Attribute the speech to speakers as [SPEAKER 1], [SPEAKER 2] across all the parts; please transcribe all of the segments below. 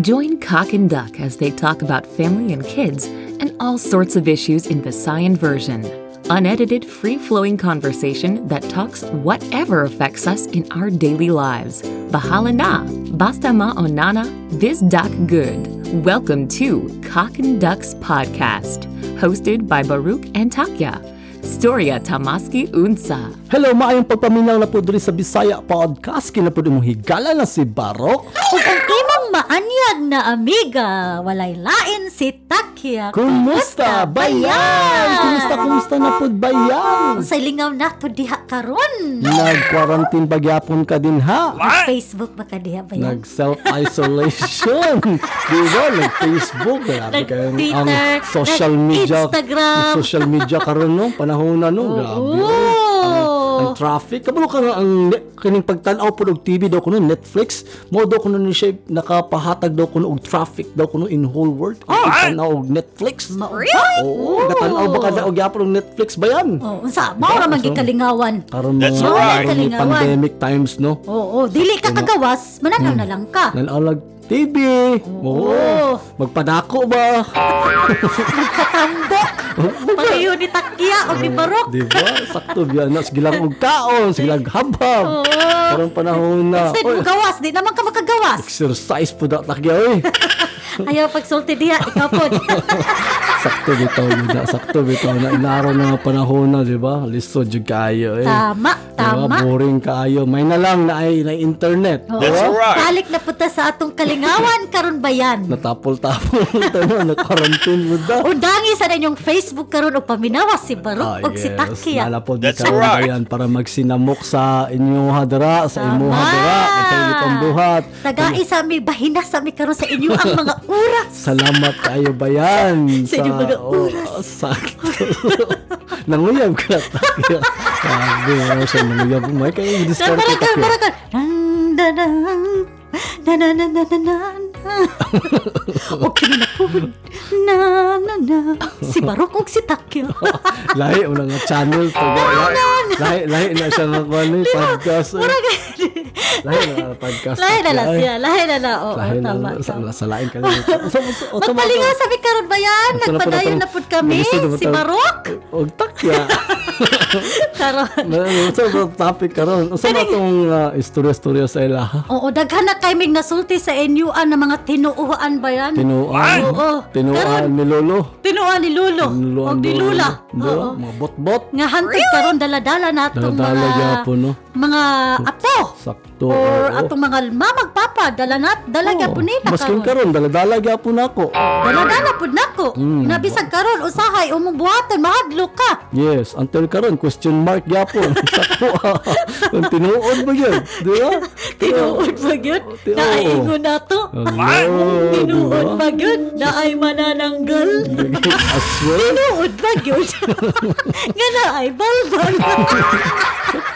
[SPEAKER 1] Join Cock and Duck as they talk about family and kids and all sorts of issues in Visayan version. Unedited, free flowing conversation that talks whatever affects us in our daily lives. Bahala na, basta maonana, biz duck good. Welcome to Cock and Ducks Podcast, hosted by Baruch and Takya. Storya Tamaski Unsa.
[SPEAKER 2] Hello, maayong pagpaminaw na po diri sa Bisaya Podcast. Kina po din mong higala na si Barok.
[SPEAKER 3] Ug ang imong maanyag na amiga, walay lain si Takya.
[SPEAKER 2] Kumusta, bayan? Kumusta, kumusta na po, bayan?
[SPEAKER 3] Sa lingaw na to diha karon.
[SPEAKER 2] Nag-quarantine bagyapon ka din, ha?
[SPEAKER 3] Facebook ba ka diha bayan?
[SPEAKER 2] Nag-self-isolation. Di ba? Nag-Facebook. Grabe kayong ang
[SPEAKER 3] Nag-Twitter,
[SPEAKER 2] social media.
[SPEAKER 3] nag-Instagram.
[SPEAKER 2] Social media karon no? Panahon na, no? Grabe. ang
[SPEAKER 3] Oo.
[SPEAKER 2] traffic kabalo ka nga ang ne- kining pagtan-aw pud og TV daw kuno Netflix mo daw kuno ni siya nakapahatag daw kuno og traffic daw kuno in whole world ang pagtan-aw og Netflix
[SPEAKER 3] Oh, eh.
[SPEAKER 2] Oh,
[SPEAKER 3] Ma- Really?
[SPEAKER 2] oo gatan-aw ba kada og yapon og Netflix ba yan
[SPEAKER 3] Oh, unsa mao ra man
[SPEAKER 2] So,
[SPEAKER 3] gikalingawan.
[SPEAKER 2] karon mga
[SPEAKER 4] That's
[SPEAKER 3] right.
[SPEAKER 2] karon mga
[SPEAKER 3] Kalingawan.
[SPEAKER 2] pandemic times no
[SPEAKER 3] Oo, dili ka kagawas, mananaw na lang ka.
[SPEAKER 2] nanalag TV
[SPEAKER 3] Oh.
[SPEAKER 2] oo
[SPEAKER 3] Oo.
[SPEAKER 2] magpadako ba
[SPEAKER 3] Katambok. Palayo ni Takya o ni Barok.
[SPEAKER 2] di ba sakto biya na sigilang og kaon sigilang
[SPEAKER 3] Oh.
[SPEAKER 2] habhab karong panahon na
[SPEAKER 3] Instead
[SPEAKER 2] Oy,
[SPEAKER 3] mo gawas, di naman ka makagawas.
[SPEAKER 2] exercise po daw takya oy
[SPEAKER 3] Ayaw pagsulti diha, ikaw po.
[SPEAKER 2] sakto bitaw yun na, sakto bitaw na. Inaraw na nga panahon na, di ba? Listo, jud kaayo eh.
[SPEAKER 3] Tama,
[SPEAKER 2] Di ba?
[SPEAKER 3] tama.
[SPEAKER 2] Boring kaayo. May na lang na ay na internet.
[SPEAKER 3] Oo.
[SPEAKER 2] di ba?
[SPEAKER 4] right.
[SPEAKER 3] Balik na punta sa atong kalingawan karon ba yan?
[SPEAKER 2] Natapol-tapol tayo na quarantine mo daw. Ah,
[SPEAKER 3] Undangi sa inyong Facebook karon og paminawas si Barok og si Takya.
[SPEAKER 2] Nalapod
[SPEAKER 4] That's
[SPEAKER 2] ka na
[SPEAKER 4] right.
[SPEAKER 2] yan para magsinamok sa inyo hadra, sa imo
[SPEAKER 3] Tama.
[SPEAKER 2] hadra, at sa inyo pambuhat.
[SPEAKER 3] Tagai sa mi bahina sa mi karon sa inyo ang mga oras.
[SPEAKER 2] Salamat kayo ba yan?
[SPEAKER 3] Sa inyong mga
[SPEAKER 2] oo, sakto. nanguyab ka. Takya. Sabi mo siya, nanguyab mo. May kayo, discount
[SPEAKER 3] Barakal,
[SPEAKER 2] Takya.
[SPEAKER 3] barakal. Nan nan nan. Nan nan nan nan nan. Okay na po. Na na na. Si Barok og si Takya.
[SPEAKER 2] Oh, lahi mo nga channel to
[SPEAKER 3] Oh,
[SPEAKER 2] ba? Lahi, lahi na siya nga kwan ni podcast. eh. Lahi na nga podcast.
[SPEAKER 3] Lahi na lang
[SPEAKER 2] Ay,
[SPEAKER 3] siya, lahi na lang. Oo,
[SPEAKER 2] eh. Lahi na
[SPEAKER 3] tama.
[SPEAKER 2] lang. Sa-
[SPEAKER 3] tama.
[SPEAKER 2] Sa lain ka lang. So, so, so,
[SPEAKER 3] Magpalinga sa mi karon ba yan?
[SPEAKER 2] Ito na po
[SPEAKER 3] Nagpadayon
[SPEAKER 2] natang-
[SPEAKER 3] na pud kami
[SPEAKER 2] Gusto na po
[SPEAKER 3] si
[SPEAKER 2] tayo-
[SPEAKER 3] Barok.
[SPEAKER 2] Huwag takya.
[SPEAKER 3] Karon.
[SPEAKER 2] Sa topic karon. Sa mga itong ah, istorya-istorya sa ila, ha?
[SPEAKER 3] Oo, daghan na kaming nasulti sa inyuan ng mga tinuuhan ba yan?
[SPEAKER 2] Tinuan.
[SPEAKER 3] Oo.
[SPEAKER 2] Tinuan
[SPEAKER 3] Karon.
[SPEAKER 2] ni Lolo.
[SPEAKER 3] tinuuhan ni Lulo. O
[SPEAKER 2] Tinuan
[SPEAKER 3] ni
[SPEAKER 2] daw.
[SPEAKER 3] Lula.
[SPEAKER 2] Di ba?
[SPEAKER 3] Oo.
[SPEAKER 2] ah, Mga bot-bot.
[SPEAKER 3] Nga hantod karon daladala na atong
[SPEAKER 2] Daladala
[SPEAKER 3] mga
[SPEAKER 2] gyapon, no?
[SPEAKER 3] mga apo
[SPEAKER 2] Sakto.
[SPEAKER 3] or
[SPEAKER 2] oo.
[SPEAKER 3] atong mga mama papa dala na dala
[SPEAKER 2] Oo.
[SPEAKER 3] gyapon nila
[SPEAKER 2] Maskin
[SPEAKER 3] karon.
[SPEAKER 2] karon, daladala gyapon ako.
[SPEAKER 3] Daladala pud nako.
[SPEAKER 2] Mm.
[SPEAKER 3] Nabisag karon usahay umong buhaton mahadlok ka.
[SPEAKER 2] Yes, until karon question mark gyapon. Sakto. ah. Ang tinuod mo yun, di ba?
[SPEAKER 3] Tinuod ba gyud?
[SPEAKER 2] Oo.
[SPEAKER 3] Naingon na to.
[SPEAKER 2] Hello,
[SPEAKER 3] Tinuod
[SPEAKER 2] di ba?
[SPEAKER 3] ba gyud? Naay manananggal.
[SPEAKER 2] As well,
[SPEAKER 3] Tinuod ba gyud? Nga naay balbal.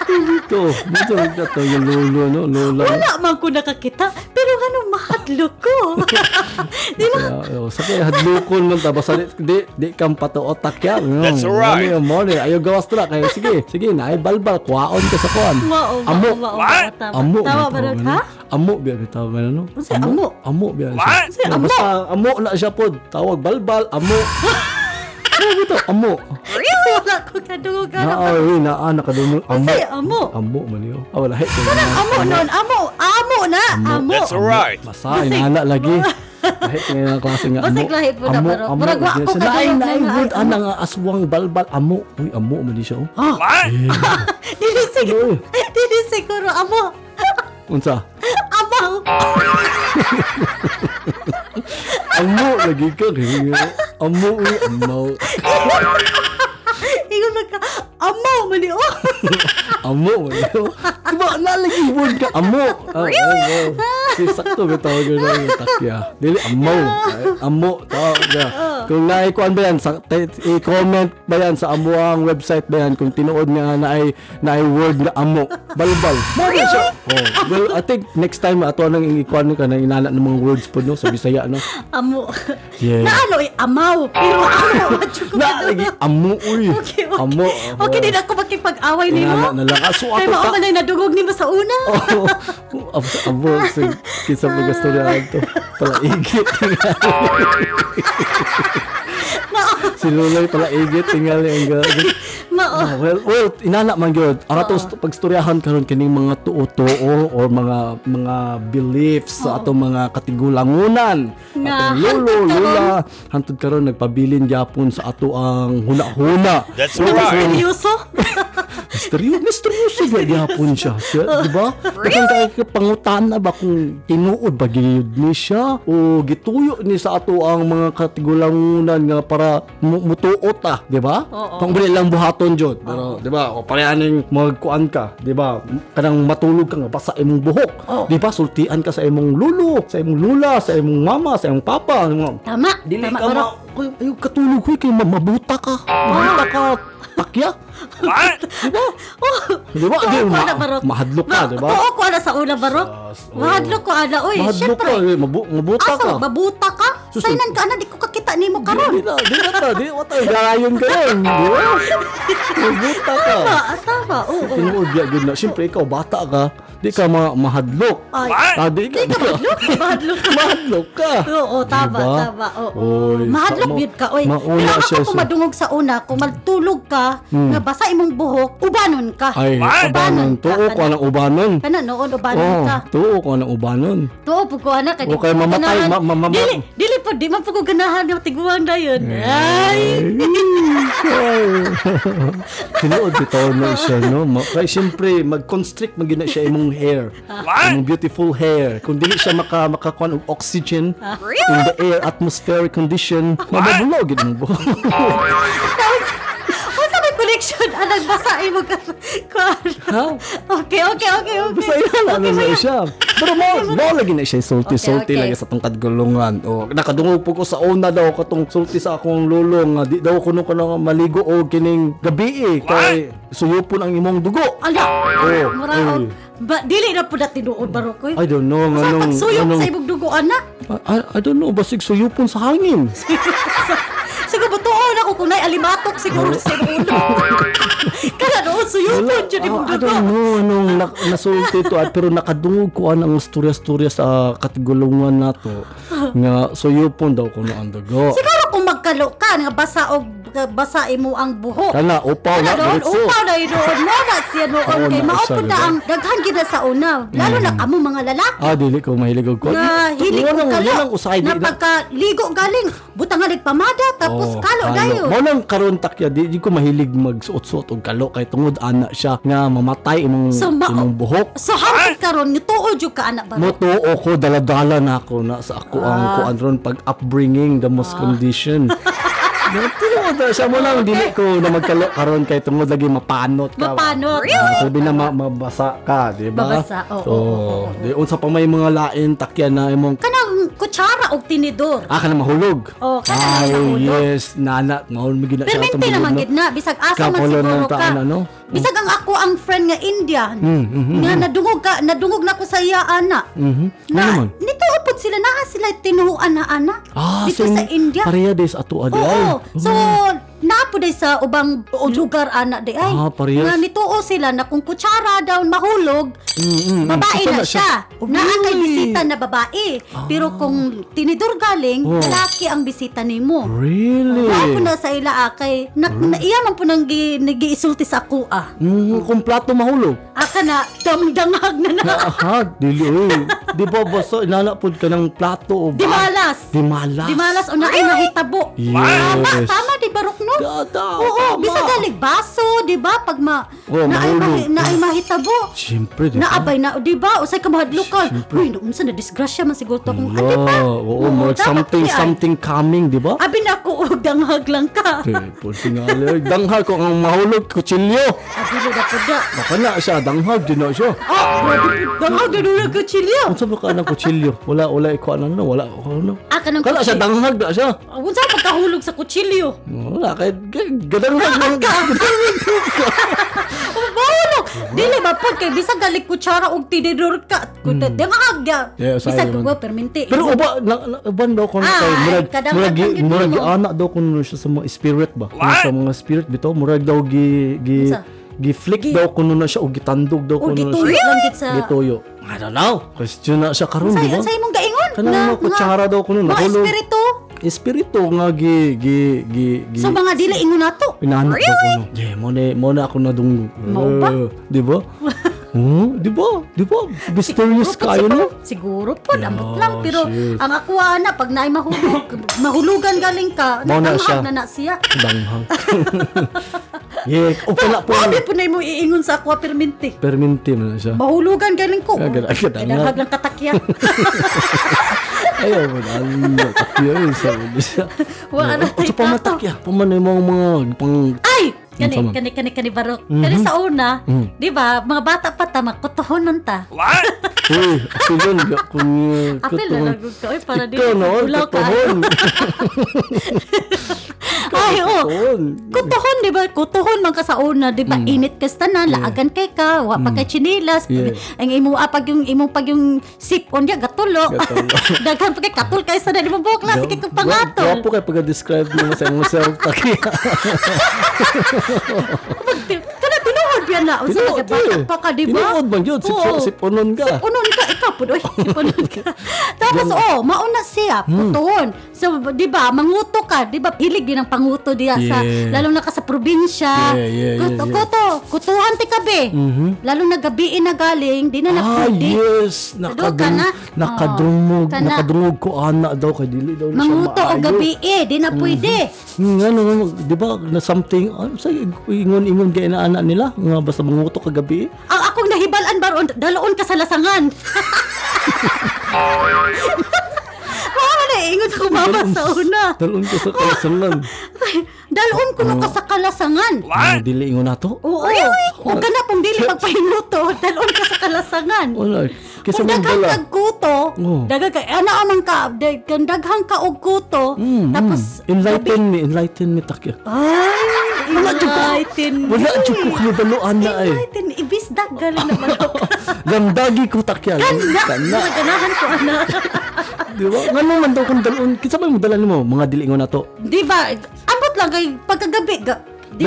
[SPEAKER 2] ito. Dito na to yung lolo, "Ya, no? Lola.
[SPEAKER 3] Wala man ko nakakita, pero ano mahadlok ko. Di ba?
[SPEAKER 2] Kaya, oh, Sa kaya hadlukon man ta basta di- di di kam pato kan otak ya." Hmm, yan. no?
[SPEAKER 4] That's right.
[SPEAKER 2] Ano yung money? Ayaw gawas lah, tra kaya sige, sige na ay balbal kuwaon ka sa kuan.
[SPEAKER 3] Mao, mao,
[SPEAKER 2] Amo.
[SPEAKER 3] mao,
[SPEAKER 4] What?
[SPEAKER 3] tama.
[SPEAKER 2] Amo.
[SPEAKER 3] Tama
[SPEAKER 2] ba
[SPEAKER 3] ba
[SPEAKER 2] tawag
[SPEAKER 3] rin,
[SPEAKER 2] na?
[SPEAKER 3] ha?
[SPEAKER 2] Amo biya bitaw ba no?
[SPEAKER 3] Unsay amo?
[SPEAKER 2] Amo biya. siya.
[SPEAKER 4] What?
[SPEAKER 3] Unsay
[SPEAKER 2] Yeah,
[SPEAKER 3] amo?
[SPEAKER 2] Basta amo na siya pod. Tawag balbal amo. Ano bito? Amo.
[SPEAKER 3] Wala ko kadungan.
[SPEAKER 2] Na ay na ah, nakadumong amo.
[SPEAKER 3] Unsay amo?
[SPEAKER 2] Amo man yo. Ah, wala hay.
[SPEAKER 3] Amo noon, amo, amo na, amo.
[SPEAKER 4] That's right.
[SPEAKER 2] Basa inala lagi. Lahi kaya nga klase nga
[SPEAKER 3] Basta lahi po na, ano. pero murag wa ako
[SPEAKER 2] Sila ay
[SPEAKER 3] kadungog
[SPEAKER 2] naay
[SPEAKER 3] na,
[SPEAKER 2] good
[SPEAKER 3] ay,
[SPEAKER 2] ana nga aswang balbal amo. Uy amo man di siya. oh.
[SPEAKER 4] What?
[SPEAKER 3] Dili siguro, dili siguro, amo.
[SPEAKER 2] Unsa?
[SPEAKER 3] Amo.
[SPEAKER 2] Amo lagi ka kaya. Amo uy amo.
[SPEAKER 3] Ingon magka, amo, mali oh.
[SPEAKER 2] Amo man di siya. oh. Diba na lagi good ka amo. Ah, oh, oh. Si sakto bitaw gyud na takya. Dili amo. Ay, Amo tawag na.
[SPEAKER 3] Oh.
[SPEAKER 2] Kung naay kuan ba yan sa te- i-comment ba yan sa amo ang website ba yan kung tinuod nga naay naay word nga amo. Balbal. Mali siya. Oh, well, I think next time ato nang i-kuan ka nang inala ng mga words po no sa Bisaya no.
[SPEAKER 3] Amo.
[SPEAKER 2] Yeah.
[SPEAKER 3] Na ano, eh, amaw. Pero amo, wadyo ko
[SPEAKER 2] Na lagi
[SPEAKER 3] kadungog.
[SPEAKER 2] amo uy.
[SPEAKER 3] Okay, okay.
[SPEAKER 2] Amo.
[SPEAKER 3] Okay, din ako makipag-away nimo.
[SPEAKER 2] Inala na lang. Ah, Aso
[SPEAKER 3] Kay
[SPEAKER 2] ako
[SPEAKER 3] mao
[SPEAKER 2] ta.
[SPEAKER 3] man ay nadugog nimo sa una.
[SPEAKER 2] Oh, abo, abo, sig- Kinsa mga gusto na lang to. Palaigit. si Lulay palaigit. Tingali ang gagawin.
[SPEAKER 3] Mao.
[SPEAKER 2] Ah, well, well, inana man gyud. Ara to st- pagstoryahan karon kining mga tuo-tuo kan, or mga mga beliefs sa atong mga katigulangunan.
[SPEAKER 3] Nga,
[SPEAKER 2] Atong lolo,
[SPEAKER 3] hantod karon.
[SPEAKER 2] lola, hantud karon nagpabilin gyapon sa ato ang huna-huna.
[SPEAKER 4] That's
[SPEAKER 2] Well,
[SPEAKER 4] right.
[SPEAKER 3] Seryoso?
[SPEAKER 2] Misteryo, misteryoso ba gyapon siya? siya
[SPEAKER 3] Oh,
[SPEAKER 2] di ba? Really? Kaya pangutan na ba kung tinuod ba gayud ni siya o gituyo ni sa ato ang mga katigulangunan nga para mu- mutuot ah, di ba?
[SPEAKER 3] Oo.
[SPEAKER 2] Kung bali lang buhaton jud. Pero di ba, o parehaning magkuan ka, di ba? Kanang matulog ka nga basa imong buhok. Di ba? Sultian ka sa imong lulu, sa imong lula, sa imong mama, sa imong papa. Ano,
[SPEAKER 3] Tama.
[SPEAKER 2] Dili
[SPEAKER 3] Tama,
[SPEAKER 2] ka
[SPEAKER 3] bro.
[SPEAKER 2] ma... Ay, ay, katulog ko, kay ma- mabuta ka. Mabuta ka, takya.
[SPEAKER 4] What?
[SPEAKER 2] Di ba? Di,
[SPEAKER 3] Oo, kuha na,
[SPEAKER 2] ma-
[SPEAKER 3] Barok.
[SPEAKER 2] mahadlok ka,
[SPEAKER 3] Ma-
[SPEAKER 2] di ba?
[SPEAKER 3] Oo, kuha na sa una, Barok.
[SPEAKER 2] Yes, oo.
[SPEAKER 3] Mahadlok ko, ana. Uy,
[SPEAKER 2] Mahadlok ka,
[SPEAKER 3] syempre.
[SPEAKER 2] eh,
[SPEAKER 3] Ah,
[SPEAKER 2] mabu- mabuta ka.
[SPEAKER 3] Aso, babuta ka?
[SPEAKER 2] Sus-
[SPEAKER 3] Sainan ka, ana. Di ko kakita ni mo
[SPEAKER 2] Di
[SPEAKER 3] karon.
[SPEAKER 2] na, di na ta, di na Ah! ta, garayon Ah! ka rin, di ba? Mabuta ka.
[SPEAKER 3] Tama, tama. Oo.
[SPEAKER 2] Tinuod ya, gud na. Siyempre, ikaw, bata ka, di ka ma- mahadlok.
[SPEAKER 3] Ay,
[SPEAKER 2] Tadi ka, di ba?
[SPEAKER 3] mahadlok.
[SPEAKER 2] mahadlok ka.
[SPEAKER 3] Oo, tama,
[SPEAKER 2] Diba?
[SPEAKER 3] tama. Oo.
[SPEAKER 2] Oy,
[SPEAKER 3] Mahadlok
[SPEAKER 2] tama.
[SPEAKER 3] yun ka, oy.
[SPEAKER 2] Mauna
[SPEAKER 3] Pero
[SPEAKER 2] siya
[SPEAKER 3] ako
[SPEAKER 2] sa-
[SPEAKER 3] madungog sa una, kung matulog ka,
[SPEAKER 2] Hmm.
[SPEAKER 3] nga basa imong buhok, ubanon ka.
[SPEAKER 2] Ay,
[SPEAKER 4] What?
[SPEAKER 2] ubanon. Tuo ko ng ubanon.
[SPEAKER 3] Kana noon, ubanon
[SPEAKER 2] Oh,
[SPEAKER 3] ka.
[SPEAKER 2] tuo ko ng ubanon.
[SPEAKER 3] Tuo po ko oh, anak. kan,
[SPEAKER 2] O kaya mamatay, ma- ma- ma- Eh.
[SPEAKER 3] Dili, dili po, di man po ko ganahan yung tiguan na yun. Ay!
[SPEAKER 2] Tinuod bitaw na siya, no? Ma- Kaya siyempre, mag-constrict man gina siya imong hair. Imong beautiful hair. Kung dili siya maka, makakuan og oxygen in the air, atmospheric condition, mababulog yun mo.
[SPEAKER 3] What's sa may connection? Ah, nagbasain mo ka. Kuan. Okay, okay, okay, okay.
[SPEAKER 2] Basta inala na
[SPEAKER 3] Okay,
[SPEAKER 2] na
[SPEAKER 3] maya.
[SPEAKER 2] ano siya. Pero mo, mo lagi na siya sulti-sulti
[SPEAKER 3] Okay,
[SPEAKER 2] lagi
[SPEAKER 3] okay.
[SPEAKER 2] sa tong kadgulungan. O, nakadungog po ko sa una daw katong sulti sa akong lolo nga di daw kuno ko nang maligo o kining gabi eh. Kay suyupon ang imong dugo.
[SPEAKER 3] Ala,
[SPEAKER 2] Oh,
[SPEAKER 3] muraon.
[SPEAKER 2] oy.
[SPEAKER 3] Ba, dili na po na tinuod barokoy.
[SPEAKER 2] I don't know,
[SPEAKER 3] Sa
[SPEAKER 2] anong,
[SPEAKER 3] pagsuyok
[SPEAKER 2] anong,
[SPEAKER 3] sa ibog dugo, anak.
[SPEAKER 2] I, I don't know, basig suyupon sa hangin.
[SPEAKER 3] Siguro ba tuon ako kung alimatok siguro sa ibog ulo. Kala noon, suyupon dyan ibog
[SPEAKER 2] ah, I
[SPEAKER 3] dugo.
[SPEAKER 2] don't know anong na, nasulti to at pero nakadungog ko ah, ang storya-storya sa katigulungan na to nga suyupon daw kuno ang dugo.
[SPEAKER 3] Siguro kung magkalo ka, nga basa o basain mo ang buhok. Kan
[SPEAKER 2] Kana upaw na
[SPEAKER 3] Ano doon?
[SPEAKER 2] diretso.
[SPEAKER 3] Upaw na yun doon. Mora siya noon.
[SPEAKER 2] Oo,
[SPEAKER 3] Kay
[SPEAKER 2] na,
[SPEAKER 3] maupod
[SPEAKER 2] isa,
[SPEAKER 3] na
[SPEAKER 2] diba?
[SPEAKER 3] ang kan daghan gina sa una. Lalo na kamo mga lalaki.
[SPEAKER 2] Ah, dili ko mahilig og
[SPEAKER 3] na hilig ko
[SPEAKER 2] Walang-
[SPEAKER 3] kalo.
[SPEAKER 2] walang usay di
[SPEAKER 3] na
[SPEAKER 2] Oh, na.
[SPEAKER 3] pagka ligo galing, butang halik pamada, tapos
[SPEAKER 2] Oo,
[SPEAKER 3] kalo na yun.
[SPEAKER 2] Mao nang karon takya di, di ko mahilig magsuot-suot og kalo kay tungod ana siya nga mamatay imong
[SPEAKER 3] So, mao-
[SPEAKER 2] imong buhok.
[SPEAKER 3] So hanggang karon ni tuod yung ka anak ba?
[SPEAKER 2] Motuo ko daladala na ako na sa ako ang
[SPEAKER 3] Ah.
[SPEAKER 2] kuan ron pag upbringing the most condition. Tinuod na siya mo lang dili ko na magkalo karon kay tungod lagi mapanot ka.
[SPEAKER 3] Mapanot.
[SPEAKER 2] Ah, sabi na ma- mabasa ka, di ba?
[SPEAKER 3] Mabasa, oo,
[SPEAKER 2] So,
[SPEAKER 3] oo,
[SPEAKER 2] di unsa pa may mga lain takya na imong
[SPEAKER 3] Kanang kutsara o tinidor.
[SPEAKER 2] Ah, ka na mahulog.
[SPEAKER 3] Oo, Oh, ka na
[SPEAKER 2] Ay,
[SPEAKER 3] mahulog.
[SPEAKER 2] yes, nana, mahulog mo gina siya
[SPEAKER 3] Permente naman gid na bisag asa man
[SPEAKER 2] Kapulo
[SPEAKER 3] siguro
[SPEAKER 2] ng taon,
[SPEAKER 3] ka.
[SPEAKER 2] ano? Mm, mm-hmm.
[SPEAKER 3] Bisag ang ako ang friend nga India. Nga nadungog ka, nadungog na ko sa iya ana.
[SPEAKER 2] Mhm. Ano
[SPEAKER 3] Na,
[SPEAKER 2] naman?
[SPEAKER 3] nito upod sila na sila tinuuan na ana.
[SPEAKER 2] Ah, so
[SPEAKER 3] dito sa India.
[SPEAKER 2] Pareha des ato adi.
[SPEAKER 3] Oo. So, napo day sa ubang lugar ana di ay.
[SPEAKER 2] Ah, parehas. Mm,
[SPEAKER 3] Nga nituo sila na kung kutsara daw mahulog, babae
[SPEAKER 2] Asa
[SPEAKER 3] na
[SPEAKER 2] na siya?
[SPEAKER 3] siya.
[SPEAKER 2] Oh,
[SPEAKER 3] Naa kay
[SPEAKER 2] really?
[SPEAKER 3] bisita na babae. Pero kung tinidor galing,
[SPEAKER 2] Oh.
[SPEAKER 3] lalaki ang bisita nimo.
[SPEAKER 2] Really?
[SPEAKER 3] Naa po na sa ila akay. Na, na, iya man po nang gi, nagiisulti sa kuha.
[SPEAKER 2] Mm, kumplato mahulog.
[SPEAKER 3] Aka na damdangag na na.
[SPEAKER 2] Aha, dili oy. Di ba basta inanapod ka ng plato oh, o
[SPEAKER 3] Di malas.
[SPEAKER 2] Di malas.
[SPEAKER 3] Di malas o na ay nahitabo. Tama,
[SPEAKER 2] Yes.
[SPEAKER 3] tama di barok oh, no?
[SPEAKER 2] Dada,
[SPEAKER 3] Oo,
[SPEAKER 2] tama.
[SPEAKER 3] bisa galig baso, di ba? Pag ma,
[SPEAKER 2] Oo,
[SPEAKER 3] na, ay,
[SPEAKER 2] mahulog.
[SPEAKER 3] mahi- na ay mahitabo.
[SPEAKER 2] Siyempre, di ba?
[SPEAKER 3] Naabay na, di ba? Usay ka mahadlukal. Uy, noon sa na-disgrasya man siguro
[SPEAKER 2] Ya,
[SPEAKER 3] to akong, ah, di ba?
[SPEAKER 2] Wow, oo, more oh,
[SPEAKER 3] dapat Ah.
[SPEAKER 2] something,
[SPEAKER 3] niya.
[SPEAKER 2] something coming, di ba?
[SPEAKER 3] Abi na ako, huwag danghag lang ka.
[SPEAKER 2] Eh, pulti nga lang. Danghag ko ang mahulog, kutsilyo.
[SPEAKER 3] Abi na na po da.
[SPEAKER 2] Baka na siya, danghag, di na siya.
[SPEAKER 3] Oh, grabe. danghag na doon ang kutsilyo.
[SPEAKER 2] Unsa ba ka ng kutsilyo? Wala, wala, ikaw ano, wala, ano.
[SPEAKER 3] Ah, kanang
[SPEAKER 2] Kala siya,
[SPEAKER 3] kutsilyo.
[SPEAKER 2] danghag na siya.
[SPEAKER 3] Huwag sa pagkahulog sa kutsilyo.
[SPEAKER 2] Wala, kahit g- gadanghag lang.
[SPEAKER 3] Mahulog! Dili ba pag kay bisag galig kutsara og tinidor ka.
[SPEAKER 2] Hmm.
[SPEAKER 3] Kuta danghag ya.
[SPEAKER 2] Yeah, sayo
[SPEAKER 3] Bisag
[SPEAKER 2] man.
[SPEAKER 3] ko permente.
[SPEAKER 2] Pero uba, na, na, uban daw ko na
[SPEAKER 3] Ay,
[SPEAKER 2] kay murag
[SPEAKER 3] kadang-
[SPEAKER 2] murag gi-
[SPEAKER 3] kadang-
[SPEAKER 2] murag
[SPEAKER 3] kadang-
[SPEAKER 2] anak daw kuno siya sa mga spirit ba? Kuno Sa mga spirit bitaw murag daw gi gi
[SPEAKER 3] Unsa?
[SPEAKER 2] Giflick
[SPEAKER 3] Gi-
[SPEAKER 2] daw kuno na siya o gitandog daw
[SPEAKER 3] O
[SPEAKER 2] kuno na
[SPEAKER 3] gituyo
[SPEAKER 2] siya.
[SPEAKER 3] lang gid sa
[SPEAKER 2] Gituyo. I don't know. Question na siya karon,
[SPEAKER 3] Say,
[SPEAKER 2] di ba?
[SPEAKER 3] say mong gaingon.
[SPEAKER 2] Kanang mga kutsara daw kuno
[SPEAKER 3] Mga
[SPEAKER 2] nahulog.
[SPEAKER 3] espiritu.
[SPEAKER 2] Espiritu nga gi gi gi gi.
[SPEAKER 3] So mga dila ingon nato.
[SPEAKER 2] Inaanap daw kuno. ano. Yeah, mo na mo na ako nadungog.
[SPEAKER 3] Mao ba?
[SPEAKER 2] Eh, Di ba? Hmm, di ba? Di ba? Mysterious kayo no?
[SPEAKER 3] Siguro po,
[SPEAKER 2] Yeah, Oh,
[SPEAKER 3] ambot lang. Pero
[SPEAKER 2] shit.
[SPEAKER 3] ang ako ana, pag naay mahulog, mahulugan galing ka,
[SPEAKER 2] Mao na siya.
[SPEAKER 3] natanghag na na siya.
[SPEAKER 2] Banghang. yeah, o pala po.
[SPEAKER 3] Sabi po na mo iingon sa aqua permente.
[SPEAKER 2] Perminti mo na siya.
[SPEAKER 3] Mahulugan galing ko.
[SPEAKER 2] Ah, gala- gala-
[SPEAKER 3] Naghag lang katakya.
[SPEAKER 2] Ayaw mo na. Ano, kapiyo yun sa ulo siya.
[SPEAKER 3] Wa na
[SPEAKER 2] Ito
[SPEAKER 3] tayo
[SPEAKER 2] pamatak ya. Pamanay mo ang mga ano, pang...
[SPEAKER 3] Ay! Kani,
[SPEAKER 2] Ano man? Mm-hmm.
[SPEAKER 3] kani, kani, kani, barok. Kani sa una, di ba, mga bata pa ta, magkotohon nun ta.
[SPEAKER 2] Uy, ako yun. Ako yun.
[SPEAKER 3] Apil na lagog ka. Ay, para di
[SPEAKER 2] uh, Ikaw noon,
[SPEAKER 3] ulaw ka.
[SPEAKER 2] katuhon.
[SPEAKER 3] Ay, oo.
[SPEAKER 2] Katuhon.
[SPEAKER 3] Kutuhon, di ba? Kutuhon man ka sa una, di ba? Init lah, ka sa tanan, laagan kay ka, wa pa kay chinilas.
[SPEAKER 2] Yeah.
[SPEAKER 3] Ang imo ah, pag yung imo pag yung sip on ya gatulo.
[SPEAKER 2] Gatulo.
[SPEAKER 3] Daghan pa kay kan katul kay sa di ba bukla sige
[SPEAKER 2] Gawa
[SPEAKER 3] kung
[SPEAKER 2] po
[SPEAKER 3] pangatol.
[SPEAKER 2] kayo pag-describe mo sa imong self. Takiya.
[SPEAKER 3] Kana tinuod biya na unsa
[SPEAKER 2] Tinuod
[SPEAKER 3] ka bata
[SPEAKER 2] eh.
[SPEAKER 3] pa ka di ba?
[SPEAKER 2] Tinuod man yun. Sip-
[SPEAKER 3] Oo.
[SPEAKER 2] sipunon ka.
[SPEAKER 3] Sipunon ka ikaw pud oy. Sipunon ka. Tapos oh, mauna siya
[SPEAKER 2] Hmm.
[SPEAKER 3] kutuhon. So di ba manguto ka, di ba hilig din ang panguto diya sa
[SPEAKER 2] Yeah.
[SPEAKER 3] lalo na ka sa probinsya.
[SPEAKER 2] Yeah, yeah, yeah, yeah.
[SPEAKER 3] Kuto-
[SPEAKER 2] Mm-hmm.
[SPEAKER 3] Kuto, kutuhan ti kabe. Lalo na gabi na galing, di na
[SPEAKER 2] Ah,
[SPEAKER 3] napudi.
[SPEAKER 2] yes.
[SPEAKER 3] Doon ka
[SPEAKER 2] Nakadung,
[SPEAKER 3] na.
[SPEAKER 2] nakadungog.
[SPEAKER 3] Oo, ka na.
[SPEAKER 2] Nakadungog ko ana daw. Kay dili daw na siya
[SPEAKER 3] Manguto o
[SPEAKER 2] maayo.
[SPEAKER 3] gabi eh, di na pwede.
[SPEAKER 2] Hmm, ano, ano, di ba, na something, ano, sa ingon-ingon kay na anak nila, nga basta manguto kagabi.
[SPEAKER 3] Ang akong nahibalan baron, daloon ka sa lasangan. Mama na ingot ako mama sa una.
[SPEAKER 2] Dalon ko sa kalasangan.
[SPEAKER 3] Daloon ko
[SPEAKER 2] Ah.
[SPEAKER 3] na ka sa kalasangan.
[SPEAKER 2] Ano, dili ingon nato?
[SPEAKER 3] Oo. O ka na pong dili pagpahinuto, dalon ka sa kalasangan.
[SPEAKER 2] Wala, kaysa
[SPEAKER 3] Kung
[SPEAKER 2] mong
[SPEAKER 3] daghang
[SPEAKER 2] dala.
[SPEAKER 3] kag kuto,
[SPEAKER 2] Oo.
[SPEAKER 3] daghang kag ana amang ka, dag- kung daghang ka og kuto,
[SPEAKER 2] Mm,
[SPEAKER 3] tapos
[SPEAKER 2] Enlighten me, enlighten me, takya. mm.
[SPEAKER 3] Ay, enlighten.
[SPEAKER 2] Wala, chuk ko kayo dalo, ana eh.
[SPEAKER 3] Enlighten. Ibis daggalan na manok.
[SPEAKER 2] Lamdagi ko, takya.
[SPEAKER 3] Ganda.
[SPEAKER 2] Kana.
[SPEAKER 3] Ganahan ko, ana.
[SPEAKER 2] Di ba? Nga naman daw kung dalon, kinsa ba yung dala mo, mga dili ingon nato?
[SPEAKER 3] Di ba? Abot lang kay pagkagabi. Ga, di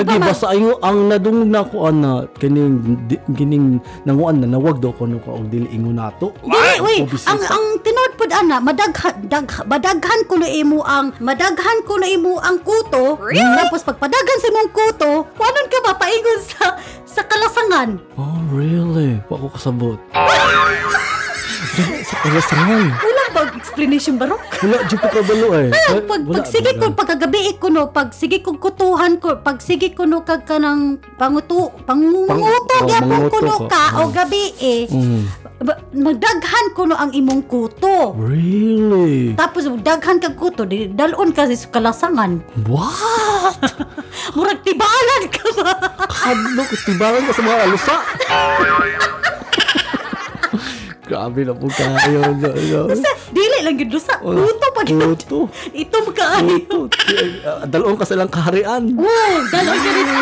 [SPEAKER 2] Di ba
[SPEAKER 3] ba ma?
[SPEAKER 2] basta ingo ang nadungog na ko ana kining di- kining nanguan na nawag daw ko no ka og dili ingon nato.
[SPEAKER 3] Dili, uy.
[SPEAKER 2] Obvious
[SPEAKER 3] Ang,
[SPEAKER 2] yun.
[SPEAKER 3] ang tinood pod, ana, madaghan, dag, madaghan ko na imo ang, madaghan ko na imo ang kuto. Tapos pagpadaghan sa imong kuto, wanon ka ba paingon sa, sa kalasangan?
[SPEAKER 2] Oh, really? Wa ko kasabot. Diba, sa kalasangan.
[SPEAKER 3] Wala ba explanation barok?
[SPEAKER 2] Wala, di ko kabalo eh.
[SPEAKER 3] Pag, pag,
[SPEAKER 2] Wala,
[SPEAKER 3] pag sige
[SPEAKER 2] wala.
[SPEAKER 3] ko pagkagabi ko no pag sige ko kutuhan ko pag sige ko no kag kanang pangutu pangunguto
[SPEAKER 2] Pang- oh,
[SPEAKER 3] gyapon ko
[SPEAKER 2] manguto
[SPEAKER 3] no
[SPEAKER 2] ka.
[SPEAKER 3] ka o
[SPEAKER 2] Ah.
[SPEAKER 3] gabi eh
[SPEAKER 2] Mm.
[SPEAKER 3] ba- magdaghan ko no ang imong kuto
[SPEAKER 2] Really?
[SPEAKER 3] tapos daghan kag kuto di dalon ka sa kalasangan
[SPEAKER 2] What?
[SPEAKER 3] murag tibalan ka ba
[SPEAKER 2] Kadlo ko tibaran ka sa mga alusa. Grabe na po kayo. no, no.
[SPEAKER 3] Sa, dili lang gid sa
[SPEAKER 2] Wala.
[SPEAKER 3] kuto pag
[SPEAKER 2] Kuto.
[SPEAKER 3] ito ka
[SPEAKER 2] Kuto. Ah, Dalawang ka silang kaharian.
[SPEAKER 3] Wow, dalon ka dito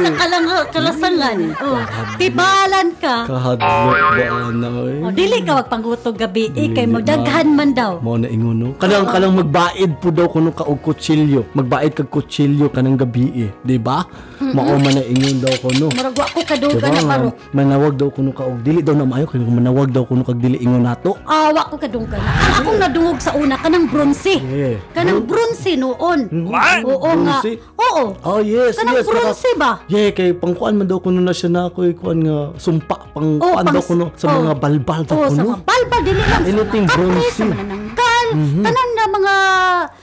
[SPEAKER 3] sa kalang- kalasangan. Oh, tibalan ka.
[SPEAKER 2] Kahadlo ba na eh?
[SPEAKER 3] Oh, dili ka magpangutog gabi,
[SPEAKER 2] Dili,
[SPEAKER 3] eh, kay
[SPEAKER 2] ma'am.
[SPEAKER 3] magdaghan man daw.
[SPEAKER 2] Mo na ingon no. Kanang kanang magbaid po daw kuno ka og kutsilyo. Magbaid kag kutsilyo kanang gabi eh, di ba? Mao man na ingon daw kuno.
[SPEAKER 3] Murag wa ko
[SPEAKER 2] Diba?
[SPEAKER 3] kadugan na
[SPEAKER 2] nga,
[SPEAKER 3] parok.
[SPEAKER 2] Manawag daw kuno ka og dili daw na maayo kay manawag daw kuno kag dili ingon nato.
[SPEAKER 3] Ah, wa ko kadugan. Ang akong nadungog sa una kanang bronze.
[SPEAKER 2] Yeah.
[SPEAKER 3] Kanang bronze noon.
[SPEAKER 2] What?
[SPEAKER 3] Oo nga.
[SPEAKER 2] Bronze?
[SPEAKER 3] Oo.
[SPEAKER 2] Oh yes,
[SPEAKER 3] Kanang
[SPEAKER 2] yes. naka-
[SPEAKER 3] bronze ba?
[SPEAKER 2] Yeah, kay pangkuan man daw kuno na siya na ako eh, kuan nga sumpa pangkuan
[SPEAKER 3] Oh, pang-
[SPEAKER 2] daw kuno sa
[SPEAKER 3] oh.
[SPEAKER 2] mga balbal daw
[SPEAKER 3] Oo, sa
[SPEAKER 2] kuno.
[SPEAKER 3] mga balbal lah, dili lang sa
[SPEAKER 2] Anything
[SPEAKER 3] mga kape,
[SPEAKER 2] bronze.
[SPEAKER 3] sa manananggal, tanan na mga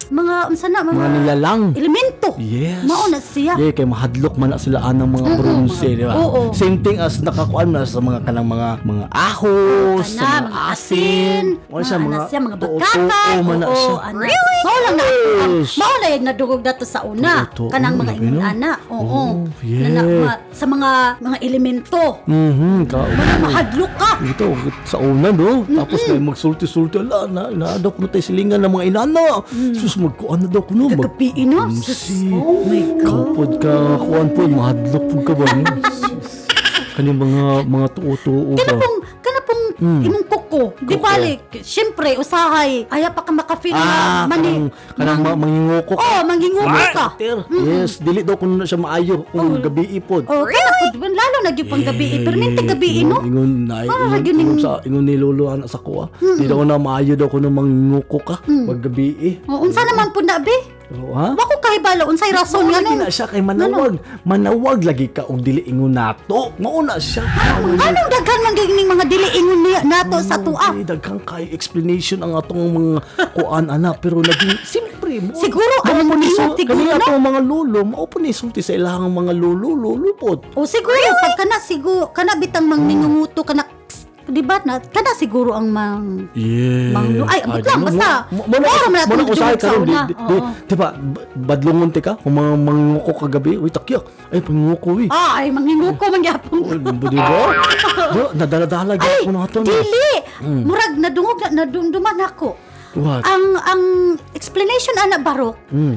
[SPEAKER 3] mga unsa na mga,
[SPEAKER 2] Mga nilalang.
[SPEAKER 3] elemento.
[SPEAKER 2] Yes.
[SPEAKER 3] Mao na siya.
[SPEAKER 2] Yeah, kay mahadlok man na sila anang mga
[SPEAKER 3] Mm-mm.
[SPEAKER 2] bronze, di ba?
[SPEAKER 3] Oo.
[SPEAKER 2] Same thing as nakakuan na sa mga kanang mga mga ahos, sa
[SPEAKER 3] Kana,
[SPEAKER 2] mga asin,
[SPEAKER 3] mga asin, mga, ano siya, mga
[SPEAKER 2] tuo-tuo
[SPEAKER 3] bagkakay,
[SPEAKER 2] man na siya.
[SPEAKER 3] oo, ano? ana. Really? Maulang na,
[SPEAKER 2] Yes.
[SPEAKER 3] maulang yung nadugog dato sa una,
[SPEAKER 2] Tuo-tuo,
[SPEAKER 3] kanang mga
[SPEAKER 2] grabe, no?
[SPEAKER 3] inunana, oo,
[SPEAKER 2] Oh, yeah.
[SPEAKER 3] na, na- ma- sa mga, mga elemento,
[SPEAKER 2] Mhm, ka.
[SPEAKER 3] mga mahadlok ka,
[SPEAKER 2] Ito, sa una, no? Tapos may magsulti-sulti. Ala, na, naadaw ko na tayo silingan ng mga inana.
[SPEAKER 3] Mm.
[SPEAKER 2] Sus, magkuan na daw ko no. Mag-
[SPEAKER 3] kagabi ino,
[SPEAKER 2] si-
[SPEAKER 3] oh my God,
[SPEAKER 2] Kapod ka, kuan po, mahadlok po ka ba? no? Sus. Kani mga, mga tuo-tuo
[SPEAKER 3] kana
[SPEAKER 2] ba?
[SPEAKER 3] pong, kana pong, imong kuko, ko. Di
[SPEAKER 2] Hmm. Kuko.
[SPEAKER 3] balik, syempre, usahay. Ayaw pa ka makafeel
[SPEAKER 2] Ah,
[SPEAKER 3] na mani.
[SPEAKER 2] kanang, kanang ma- manginguko ka.
[SPEAKER 3] Oh, mangingumo ka.
[SPEAKER 2] Yes, dili daw kung na siya maayo. Ang gabi ipod.
[SPEAKER 3] Oh, really? lalo na gyud pang gabi, permanente gabi
[SPEAKER 2] Ingon-
[SPEAKER 3] no?
[SPEAKER 2] Ingon na
[SPEAKER 3] Para
[SPEAKER 2] ingon,
[SPEAKER 3] yun
[SPEAKER 2] ingon
[SPEAKER 3] yung- Hmm.
[SPEAKER 2] sa ingon ni lolo anak sa kuha. Di daw na maayo daw kuno manginguko ka pag gabi eh.
[SPEAKER 3] Oh, unsa naman po na be?
[SPEAKER 2] Oh, ha?
[SPEAKER 3] Wa ko kahibalo unsay rason nga
[SPEAKER 2] Lagi
[SPEAKER 3] nung
[SPEAKER 2] na siya kay manawag. Manawag lagi ka og dili ingon nato. Mao na siya.
[SPEAKER 3] Anong daghan man gyud ning mga diliingon niya nato sa tuwa?
[SPEAKER 2] Dili daghang kay explanation ang atong mga kuan ana pero lagi simpre mo.
[SPEAKER 3] Siguro, ano
[SPEAKER 2] mo
[SPEAKER 3] ni- siguro,
[SPEAKER 2] kaniya
[SPEAKER 3] no?
[SPEAKER 2] atong mga lolo mao po ni sulti sa ilahang mga lolo lulupot.
[SPEAKER 3] O siguro pag kana siguro kana bitang mangingunguto kana di ba na kana siguro ang mang
[SPEAKER 2] Yeah.
[SPEAKER 3] Mang- ay, abot lang, basta.
[SPEAKER 2] Muna
[SPEAKER 3] Meron na
[SPEAKER 2] ko muna
[SPEAKER 3] akong
[SPEAKER 2] ko sa
[SPEAKER 3] dudulog sa
[SPEAKER 2] karon di,
[SPEAKER 3] una.
[SPEAKER 2] di, di,
[SPEAKER 3] Oo.
[SPEAKER 2] di ba b- badlongon ti ka kung mga manguko kagabi uy takya ay panguko uy.
[SPEAKER 3] Ah, ay manginguko man gyapon.
[SPEAKER 2] Uy, di ba? Di ba, Nadala-dala
[SPEAKER 3] Ay,
[SPEAKER 2] gyapon ato Ano na.
[SPEAKER 3] dili. Murag nadungog na nadumduman ako.
[SPEAKER 2] What?
[SPEAKER 3] Ang ang explanation ana barok.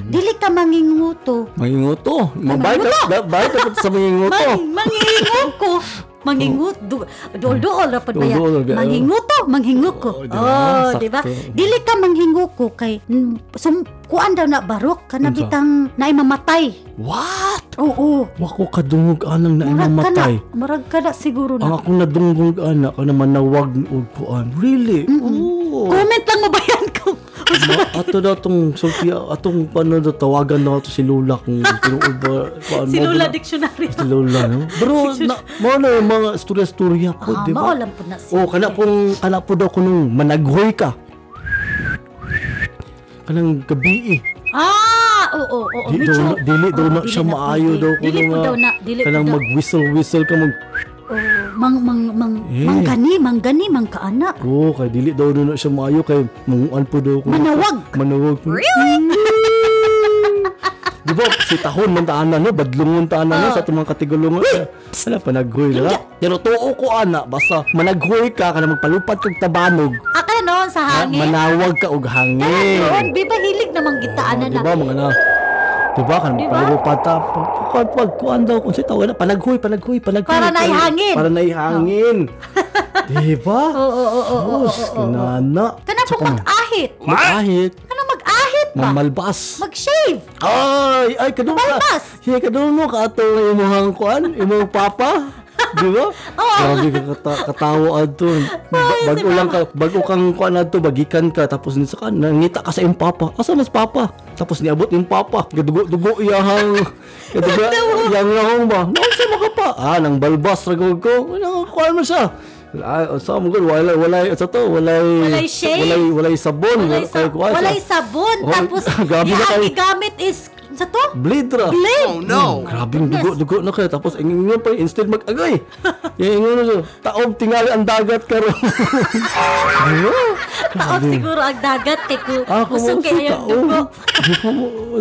[SPEAKER 3] Dili ka manginguto.
[SPEAKER 2] Manginguto. Mabayad
[SPEAKER 3] manginguto.
[SPEAKER 2] ka bayad ka sa manginguto.
[SPEAKER 3] Man, manginguko.
[SPEAKER 2] Oh.
[SPEAKER 3] Mangingut do dol dapat ba yan?
[SPEAKER 2] Dol-dol, yeah.
[SPEAKER 3] Manginguto, manghinguko.
[SPEAKER 2] Oh, di ba?
[SPEAKER 3] Oh, di ba?
[SPEAKER 2] Sakto.
[SPEAKER 3] Dili ka manghinguko kay mm, sum, kuan daw na barok kana
[SPEAKER 2] Unsa?
[SPEAKER 3] bitang naay mamatay.
[SPEAKER 2] What?
[SPEAKER 3] Oo.
[SPEAKER 2] Wako kadungog anang na
[SPEAKER 3] Murag ka na,
[SPEAKER 2] mamatay.
[SPEAKER 3] murag ka na siguro
[SPEAKER 2] Ang
[SPEAKER 3] na.
[SPEAKER 2] akong nadunggong ana ka na manawag ni Ugkuan. Really? Oh. Oo.
[SPEAKER 3] Comment lang mo ba yan ko?
[SPEAKER 2] Ma, ato na tong Sophia, atong paano na tawagan na ato si Lola kung tinuod ba. kuan
[SPEAKER 3] Si
[SPEAKER 2] mo ba
[SPEAKER 3] Lola
[SPEAKER 2] na-
[SPEAKER 3] Dictionary.
[SPEAKER 2] Si Lola, no? Pero, na, mao na yung mga storya-storya po,
[SPEAKER 3] Ah,
[SPEAKER 2] di ba?
[SPEAKER 3] maulam po na si-
[SPEAKER 2] Oh, kana pong, kana po daw kung managhoy ka. Kanang gabi eh.
[SPEAKER 3] Ah, oo, oo.
[SPEAKER 2] Di
[SPEAKER 3] medyo-
[SPEAKER 2] daw na- dili daw
[SPEAKER 3] oo,
[SPEAKER 2] na
[SPEAKER 3] dili
[SPEAKER 2] siya
[SPEAKER 3] na,
[SPEAKER 2] maayo
[SPEAKER 3] dili.
[SPEAKER 2] daw kung
[SPEAKER 3] Dili po
[SPEAKER 2] nga-
[SPEAKER 3] daw na, dili po
[SPEAKER 2] kanang
[SPEAKER 3] daw.
[SPEAKER 2] mag-whistle-whistle ka mag
[SPEAKER 3] Oo, mang, mang, mang,
[SPEAKER 2] Eh.
[SPEAKER 3] mang gani, mang gani, mang kaana.
[SPEAKER 2] Oo, kay dili daw na siya maayo kay manguan po daw ko.
[SPEAKER 3] Manawag.
[SPEAKER 2] Manawag po. Really? Di ba, si Tahon man taana no, badlongon taana
[SPEAKER 3] Ah.
[SPEAKER 2] no, sa itong mga katigulungan. Wala, panaghoy na. Pero tuo ko, ana, basta managhoy ka, kana magpalupat kag tabanog,
[SPEAKER 3] Aka noon sa
[SPEAKER 2] ha,
[SPEAKER 3] hangin.
[SPEAKER 2] manawag ka og hangin.
[SPEAKER 3] Noon, biba hilig namang gitaan
[SPEAKER 2] Oh,
[SPEAKER 3] na
[SPEAKER 2] Ah, Di ba, mga na. Di ba, kana
[SPEAKER 3] Di ba?
[SPEAKER 2] magpalupat ta. pag- pag- pag- kuan daw, kung si Tahon na, panaghoy, panaghoy, panaghoy.
[SPEAKER 3] Para na ihangin.
[SPEAKER 2] Para na ihangin. Di ba?
[SPEAKER 3] Oo, oo, oo, oo, oo,
[SPEAKER 2] Sus,
[SPEAKER 3] oo.
[SPEAKER 2] kinana.
[SPEAKER 3] Kana po mag-ahit.
[SPEAKER 2] Kahit
[SPEAKER 3] Kana mag-ahit ba?
[SPEAKER 2] mamalbas.
[SPEAKER 3] Mag-shave.
[SPEAKER 2] Ay, ay kadung ka.
[SPEAKER 3] Mamalbas.
[SPEAKER 2] Hey, kadung mo ka ato imuhang kuan, imong papa. Di ba?
[SPEAKER 3] Oo.
[SPEAKER 2] Grabe ka kata, katawa ato.
[SPEAKER 3] Oh,
[SPEAKER 2] Bago lang ka, bago kang kuan ato, lah bagikan ka tapos ni sa kan nangita ka sa imong papa. Asa mas papa? Tapos niabot imong papa. Gadugo dugo iyahang. Gadugo iyang lahong ba? Nausa mo ka pa. Ah, nang balbas ra gud ko. Ano kuan mo siya? Ah, sa mo gud wala wala sa to, wala
[SPEAKER 3] Walay shave.
[SPEAKER 2] Wala wala sabon,
[SPEAKER 3] Walay, sa,
[SPEAKER 2] kay kuwan siya.
[SPEAKER 3] walay sabon.
[SPEAKER 2] Oh,
[SPEAKER 3] Tapos,
[SPEAKER 2] grabe na
[SPEAKER 3] yung
[SPEAKER 2] kayo.
[SPEAKER 3] gamit is, sa to?
[SPEAKER 2] Blade ra.
[SPEAKER 3] Blade. Oh.
[SPEAKER 2] no! Grabe yung dugo-dugo na kayo. Tapos, ang ingin pa, instead mag-agay. Yung ingin na siya, taob tingali ang dagat ka ro. Ano?
[SPEAKER 3] Taob siguro ang dagat eh, kay ku
[SPEAKER 2] Ah,
[SPEAKER 3] usog kay ayang
[SPEAKER 2] Oh.
[SPEAKER 3] dugo.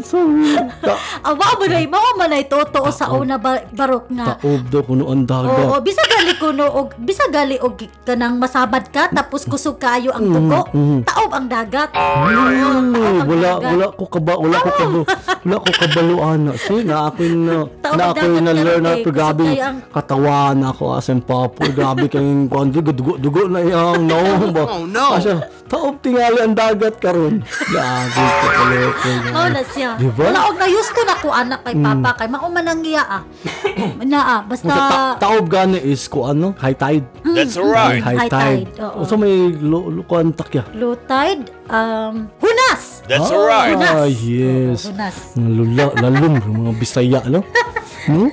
[SPEAKER 2] Sorry. Ta-
[SPEAKER 3] Awa mo na mao man ay totoo sa una ba- barok nga.
[SPEAKER 2] Taob daw kuno ang
[SPEAKER 3] Ah. Oo,
[SPEAKER 2] dagat.
[SPEAKER 3] bisa gali ko no og bisa gali og kanang masabad ka tapos kusog kayo ang
[SPEAKER 2] Mm-hmm.
[SPEAKER 3] dugo. Taob ang dagat.
[SPEAKER 2] Mm,
[SPEAKER 3] Taob ang
[SPEAKER 2] wala
[SPEAKER 3] dagat.
[SPEAKER 2] wala ko kaba wala ko kaba wala ko kabaluan na si na ako yun na
[SPEAKER 3] Taob
[SPEAKER 2] na
[SPEAKER 3] ang
[SPEAKER 2] ako yun na
[SPEAKER 3] dagat ka
[SPEAKER 2] learn
[SPEAKER 3] rin,
[SPEAKER 2] na
[SPEAKER 3] eh.
[SPEAKER 2] to grabe
[SPEAKER 3] Kasi kaya ang-
[SPEAKER 2] katawa na ako as in papo grabe kayong kwan dugo dugo dugo na yung no ba oh no Asya, taob tingali ang dagat karon grabe ka kaloko
[SPEAKER 3] Mao na siya.
[SPEAKER 2] Di ba?
[SPEAKER 3] Oh,
[SPEAKER 2] Mm.
[SPEAKER 3] Wala og nayus ko na ko anak kay papa kay mao man ang iya ah. na ah, basta
[SPEAKER 2] Sa ta- taob gani is ko ano high tide
[SPEAKER 4] That's right.
[SPEAKER 2] high,
[SPEAKER 3] High
[SPEAKER 2] tide,
[SPEAKER 3] tide, oo.
[SPEAKER 2] so may lo, lo kuan takya
[SPEAKER 3] low tide um hunas.
[SPEAKER 4] That's
[SPEAKER 2] Ah,
[SPEAKER 4] right.
[SPEAKER 3] Hunas.
[SPEAKER 2] yes
[SPEAKER 3] Oo, hunas.
[SPEAKER 2] mga lula lalum mga bisaya no hmm?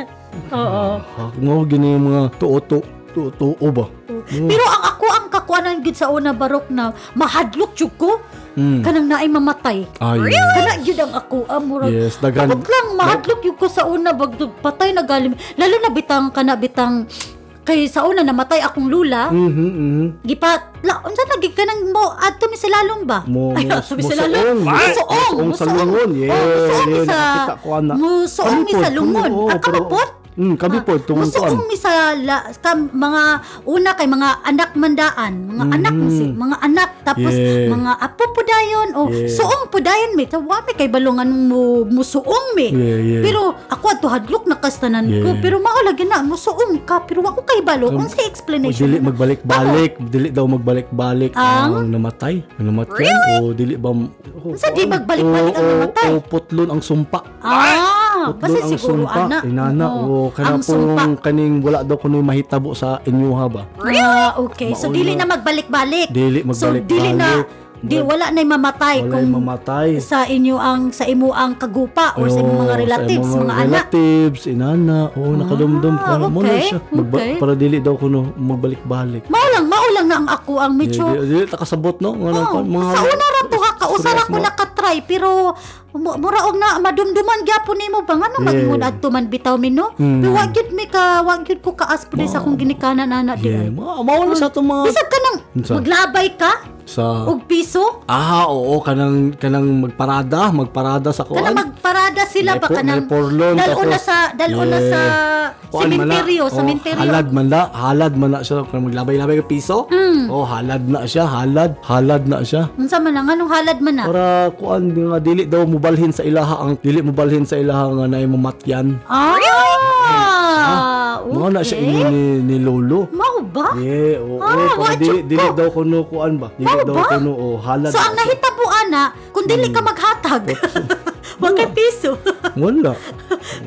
[SPEAKER 3] Oo.
[SPEAKER 2] Ako gini yung mga tuoto, tuoto ba?
[SPEAKER 3] Pero ang ako ang kakuanan gid sa una barok na mahadlok jud ko kanang naay mamatay.
[SPEAKER 2] Mm. Ay,
[SPEAKER 3] Kana gyud ang ako amura.
[SPEAKER 2] Yes, daghan-
[SPEAKER 3] Takot lang mahadlok yun ko sa una bagdog patay na galim. Lalo na bitang kana bitang kay sa una namatay akong lula.
[SPEAKER 2] Mhm, mhm.
[SPEAKER 3] Gipa la unsa na gid kanang mo adto mi sa lalong ba?
[SPEAKER 2] Mo-
[SPEAKER 3] Ay,
[SPEAKER 2] mo-
[SPEAKER 3] adto mi sa
[SPEAKER 2] musuong.
[SPEAKER 3] lalong.
[SPEAKER 2] What?
[SPEAKER 3] Musuong,
[SPEAKER 2] Musuong sa lungon.
[SPEAKER 3] Oh,
[SPEAKER 2] Yeah,
[SPEAKER 3] musuong mi
[SPEAKER 2] yeah,
[SPEAKER 3] sa
[SPEAKER 2] nakita ko, anak.
[SPEAKER 3] Musuong mi sa
[SPEAKER 2] Palipod,
[SPEAKER 3] lungon.
[SPEAKER 2] palipod, oo,
[SPEAKER 3] Ang Ah,
[SPEAKER 2] pero-
[SPEAKER 3] kamapot.
[SPEAKER 2] Mm, kami po tungon
[SPEAKER 3] Gusto
[SPEAKER 2] kuan.
[SPEAKER 3] kong misala ka mga una kay mga anak mandaan, mga anak mo si mga anak tapos
[SPEAKER 2] Mm-hmm. Yeah.
[SPEAKER 3] mga apo po dayon o
[SPEAKER 2] Yeah.
[SPEAKER 3] suong po dayon mi tawa mi kay balungan mo musuong mi.
[SPEAKER 2] Yeah, yeah.
[SPEAKER 3] Pero ako ato hadlok nakastanan ko
[SPEAKER 2] Yeah.
[SPEAKER 3] pero mao lagi na musuong ka pero ako kay balo
[SPEAKER 2] Um,
[SPEAKER 3] unsa
[SPEAKER 2] O
[SPEAKER 3] explanation?
[SPEAKER 2] dili
[SPEAKER 3] na-
[SPEAKER 2] magbalik-balik, dili daw magbalik-balik
[SPEAKER 3] Ang?
[SPEAKER 2] ang namatay, ang namatay o dili ba oh,
[SPEAKER 3] Unsa di magbalik-balik ang
[SPEAKER 2] o,
[SPEAKER 3] namatay?
[SPEAKER 2] O putlon ang sumpa.
[SPEAKER 3] Ah,
[SPEAKER 2] Doon
[SPEAKER 3] basta
[SPEAKER 2] ang
[SPEAKER 3] siguro
[SPEAKER 2] sumpa,
[SPEAKER 3] ana.
[SPEAKER 2] inana, oh. o kana
[SPEAKER 3] ang sumpa.
[SPEAKER 2] pong kaning wala daw kuno mahitabo sa inyo ha ba?
[SPEAKER 3] Ah, okay. So
[SPEAKER 2] Mauna.
[SPEAKER 3] dili na magbalik-balik.
[SPEAKER 2] Dili
[SPEAKER 3] So
[SPEAKER 2] magbalik-balik.
[SPEAKER 3] dili na di wala na mamatay
[SPEAKER 2] wala
[SPEAKER 3] kung
[SPEAKER 2] yung mamatay.
[SPEAKER 3] sa inyo ang sa imo ang kagupa or sa
[SPEAKER 2] Oo,
[SPEAKER 3] imo mga relatives,
[SPEAKER 2] imong
[SPEAKER 3] mga, anak.
[SPEAKER 2] relatives, inana, o nakadumdum
[SPEAKER 3] Ah,
[SPEAKER 2] ko na mo
[SPEAKER 3] okay,
[SPEAKER 2] siya. Magba-
[SPEAKER 3] okay.
[SPEAKER 2] Para dili daw kuno magbalik-balik.
[SPEAKER 3] Maulang, maulang na ang ako ang
[SPEAKER 2] Dili,
[SPEAKER 3] medyo
[SPEAKER 2] dili, dili takasabot no. Mga,
[SPEAKER 3] Oh,
[SPEAKER 2] mga,
[SPEAKER 3] sa una ra to ha kausar
[SPEAKER 2] stress
[SPEAKER 3] ako
[SPEAKER 2] mo.
[SPEAKER 3] nakatry pero mu- mura og na madumduman gyapon nimo ba nga
[SPEAKER 2] Yeah.
[SPEAKER 3] naman yeah. adto man bitaw mi no
[SPEAKER 2] Hmm.
[SPEAKER 3] pero wa gyud mi ka wa gyud ko kaas po sa akong ginikanan ana di
[SPEAKER 2] Yeah,
[SPEAKER 3] ay.
[SPEAKER 2] ma- mawala sa itong mga
[SPEAKER 3] bisag ka nang
[SPEAKER 2] Unsa?
[SPEAKER 3] maglabay ka
[SPEAKER 2] sa
[SPEAKER 3] og piso
[SPEAKER 2] Ah, oo, kanang kanang magparada, magparada sa kuan.
[SPEAKER 3] Kana magparada sila
[SPEAKER 2] May
[SPEAKER 3] ba
[SPEAKER 2] por-
[SPEAKER 3] kanang
[SPEAKER 2] may porlon,
[SPEAKER 3] dalon na
[SPEAKER 2] tapos-
[SPEAKER 3] sa dalon na
[SPEAKER 2] Yeah.
[SPEAKER 3] sa
[SPEAKER 2] Kuan man na.
[SPEAKER 3] sementeryo,
[SPEAKER 2] Oh, halad
[SPEAKER 3] sementeryo.
[SPEAKER 2] man na, halad man na siya kanang maglabay-labay ka piso.
[SPEAKER 3] Mm.
[SPEAKER 2] Oh, halad na siya, halad, halad na siya.
[SPEAKER 3] Unsa man ang anong halad man na?
[SPEAKER 2] Para kuan nga dili daw mubalhin sa ilaha ang dili mubalhin sa ilaha nga naay mamatyan.
[SPEAKER 3] Ah!
[SPEAKER 2] Mao na siya ini
[SPEAKER 3] Okay.
[SPEAKER 2] ni, ni lolo.
[SPEAKER 3] Mao ba?
[SPEAKER 2] Yeah, oo,
[SPEAKER 3] Ah,
[SPEAKER 2] para
[SPEAKER 3] wa,
[SPEAKER 2] dili
[SPEAKER 3] Diyos
[SPEAKER 2] dili
[SPEAKER 3] ko.
[SPEAKER 2] daw kuno kuan ba? Dili
[SPEAKER 3] Mao
[SPEAKER 2] daw
[SPEAKER 3] ba?
[SPEAKER 2] kuno oh, halad.
[SPEAKER 3] So
[SPEAKER 2] na siya.
[SPEAKER 3] ang
[SPEAKER 2] Hmm.
[SPEAKER 3] nahitabuan na, kung dili ka maghatag, wa kay piso.
[SPEAKER 2] Wala.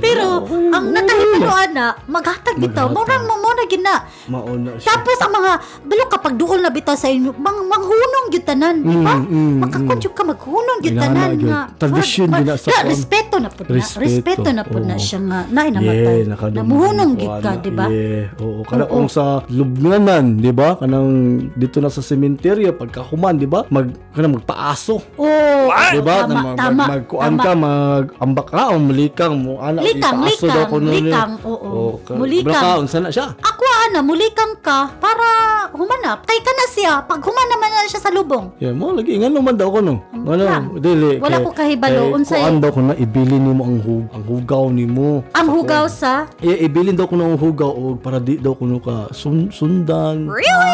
[SPEAKER 3] Pero ang nakahitanoan na, maghatag bitaw. Mo
[SPEAKER 2] Hmm. Maghatag.
[SPEAKER 3] mo mo na gina.
[SPEAKER 2] Mao na siya.
[SPEAKER 3] Tapos ang mga bilo kapag duol na bitaw sa inyo, mang manghunong gyud tanan, di ba?
[SPEAKER 2] Mm, mm,
[SPEAKER 3] Makakonjug ka maghunong gyud
[SPEAKER 2] Inana
[SPEAKER 3] tanan
[SPEAKER 2] gyud.
[SPEAKER 3] nga.
[SPEAKER 2] Tradisyon
[SPEAKER 3] Murag-
[SPEAKER 2] gyud na sa
[SPEAKER 3] Ra-
[SPEAKER 2] kuwan.
[SPEAKER 3] Respeto na pud na.
[SPEAKER 2] Respeto,
[SPEAKER 3] Respeto na pud na
[SPEAKER 2] oo.
[SPEAKER 3] siya nga naay namatay.
[SPEAKER 2] Yeah, nakadumdum.
[SPEAKER 3] Namuhunong gyud ka,
[SPEAKER 2] Kuana,
[SPEAKER 3] di ba?
[SPEAKER 2] Yeah, oo. Kada
[SPEAKER 3] Oo.
[SPEAKER 2] kung sa lubnganan, di ba? Kanang dito na sa sementeryo pagkakuman, di ba? Mag kanang magpaaso.
[SPEAKER 3] Oh,
[SPEAKER 2] Di ba?
[SPEAKER 3] tama,
[SPEAKER 2] Na mag-
[SPEAKER 3] tama,
[SPEAKER 2] mag- magkuan
[SPEAKER 3] tama.
[SPEAKER 2] ka, magambak ka o malikang mo ana
[SPEAKER 3] Likang,
[SPEAKER 2] ipaaso daw
[SPEAKER 3] likang,
[SPEAKER 2] ko nun eh.
[SPEAKER 3] likang, oo.
[SPEAKER 2] ka-
[SPEAKER 3] Mulikang.
[SPEAKER 2] kabra ka, unsa na siya?
[SPEAKER 3] Ako ana, mulikang ka para humanap. Kay ka na siya. Pag humanap man na siya sa lubong.
[SPEAKER 2] Yeah, mo lagi ngano man daw ko no.
[SPEAKER 3] Lang.
[SPEAKER 2] Ano? Dili.
[SPEAKER 3] Wala ko kahibalo, unsay-
[SPEAKER 2] Kuan daw ko na ibili nimo ang hug ang hugaw nimo.
[SPEAKER 3] Ang hugaw sa
[SPEAKER 2] Yeah, ibilin daw ko na ang hugaw og para di daw ko no ka sun, sundan.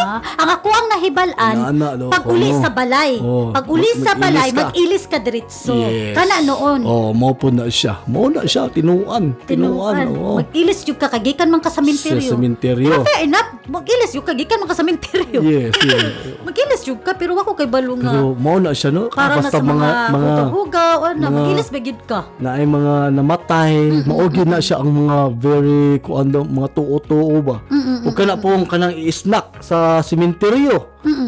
[SPEAKER 3] Ah, ang ako ang nahibalan,
[SPEAKER 2] Inaana, no,
[SPEAKER 3] pag uli
[SPEAKER 2] kono.
[SPEAKER 3] sa balay.
[SPEAKER 2] Oh,
[SPEAKER 3] pag uli
[SPEAKER 2] mag-
[SPEAKER 3] sa
[SPEAKER 2] mag-ilis
[SPEAKER 3] balay,
[SPEAKER 2] ka.
[SPEAKER 3] mag-ilis ka diretso.
[SPEAKER 2] Yes.
[SPEAKER 3] Kana noon.
[SPEAKER 2] Oh, mo po na siya. Mo na siya tinuan, tinuan.
[SPEAKER 3] Tinuan.
[SPEAKER 2] Oo.
[SPEAKER 3] Mag-ilis yung kakagikan man ka sa
[SPEAKER 2] Sa
[SPEAKER 3] minteryo.
[SPEAKER 2] sementeryo.
[SPEAKER 3] Fair enough. Mag-ilis yung kagikan man ka sa minteryo.
[SPEAKER 2] Yes, yes.
[SPEAKER 3] Mag-ilis yung ka, pero ako kay balo nga.
[SPEAKER 2] Pero mo na siya no.
[SPEAKER 3] Para
[SPEAKER 2] Ah,
[SPEAKER 3] na sa
[SPEAKER 2] basta
[SPEAKER 3] mga,
[SPEAKER 2] mga
[SPEAKER 3] hugaw, ano,
[SPEAKER 2] mga-
[SPEAKER 3] mag-ilis ba gid ka?
[SPEAKER 2] na ay mga namatay, maogi na siya ang mga very kuan daw mga tuo-tuo ba. O kana po ang kanang i-snack sa sementeryo.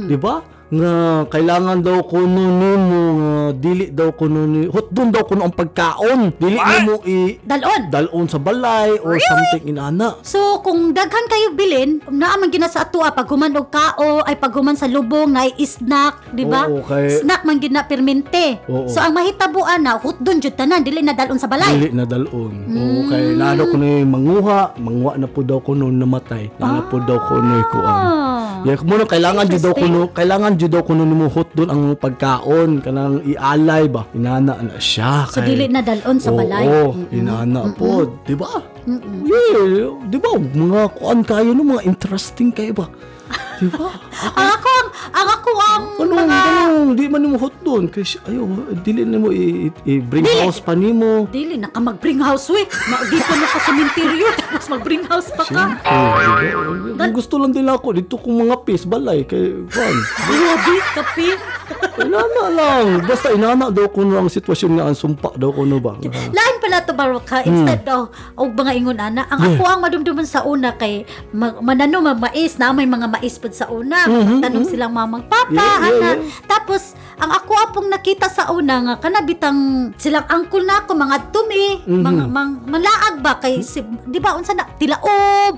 [SPEAKER 2] 'Di ba? Nga kailangan daw kuno nimo nga dili daw kuno ni hotdon daw kuno ang pagkaon. Dili nimo i
[SPEAKER 3] Dalon.
[SPEAKER 2] dalon sa balay or something inana.
[SPEAKER 3] So kung daghan kayo bilin, naa man gina sa atoa pag human og kao ay pag human sa lubong na snack, di ba?
[SPEAKER 2] Oo, kay-
[SPEAKER 3] Snack man gina permente.
[SPEAKER 2] Oo.
[SPEAKER 3] So ang mahitabuan na hutdon jud tanan dili na dalon sa balay.
[SPEAKER 2] Dili na dalon. Oo, kay
[SPEAKER 3] Mm.
[SPEAKER 2] lalo ko ni manguha, manguha na po daw ko noon namatay. Lalo po daw ko noon kuan.
[SPEAKER 3] Ah.
[SPEAKER 2] Yeah, kuno kailangan jud daw ko no, kailangan jud daw ko no nimo hot doon ang pagkaon kanang ialay ba. Inana na siya
[SPEAKER 3] So
[SPEAKER 2] kay.
[SPEAKER 3] dili na dalon sa
[SPEAKER 2] Oo,
[SPEAKER 3] balay.
[SPEAKER 2] oo, inana po, di ba? Yeah, di ba? Mga kuan kayo no, mga interesting kayo ba? Diba? Di ba?
[SPEAKER 3] Ang ako ang, ang ako ang
[SPEAKER 2] Ano,
[SPEAKER 3] mga
[SPEAKER 2] ano, di man nimo hot doon kasi ayo dili nimo i, i, bring
[SPEAKER 3] Dili.
[SPEAKER 2] house pa nimo.
[SPEAKER 3] dili na ka mag-bring house we. Magdito na ka sa minteryo tapos mag-bring house pa ka.
[SPEAKER 2] Eh, Ang gusto lang nila ako dito kung mga pis balay kay Juan.
[SPEAKER 3] Grabe, kapi.
[SPEAKER 2] Inana lang. Basta inana daw ko ang sitwasyon nga ang sumpa daw ko no ba.
[SPEAKER 3] Lain pala to Baroka
[SPEAKER 2] Hmm.
[SPEAKER 3] instead of og mga ingon ana ang ako ang madumduman sa una kay ma- manano man mais na may mga mais pod sa una tanong silang mamang papa
[SPEAKER 2] Mm-hmm. Yeah, yeah,
[SPEAKER 3] ana
[SPEAKER 2] yeah.
[SPEAKER 3] tapos ang ako apong nakita sa una nga kanabitang silang angkol na ako mga tumi
[SPEAKER 2] Mm-hmm.
[SPEAKER 3] mga mang, malaag ba kay si, di ba unsa na tilaob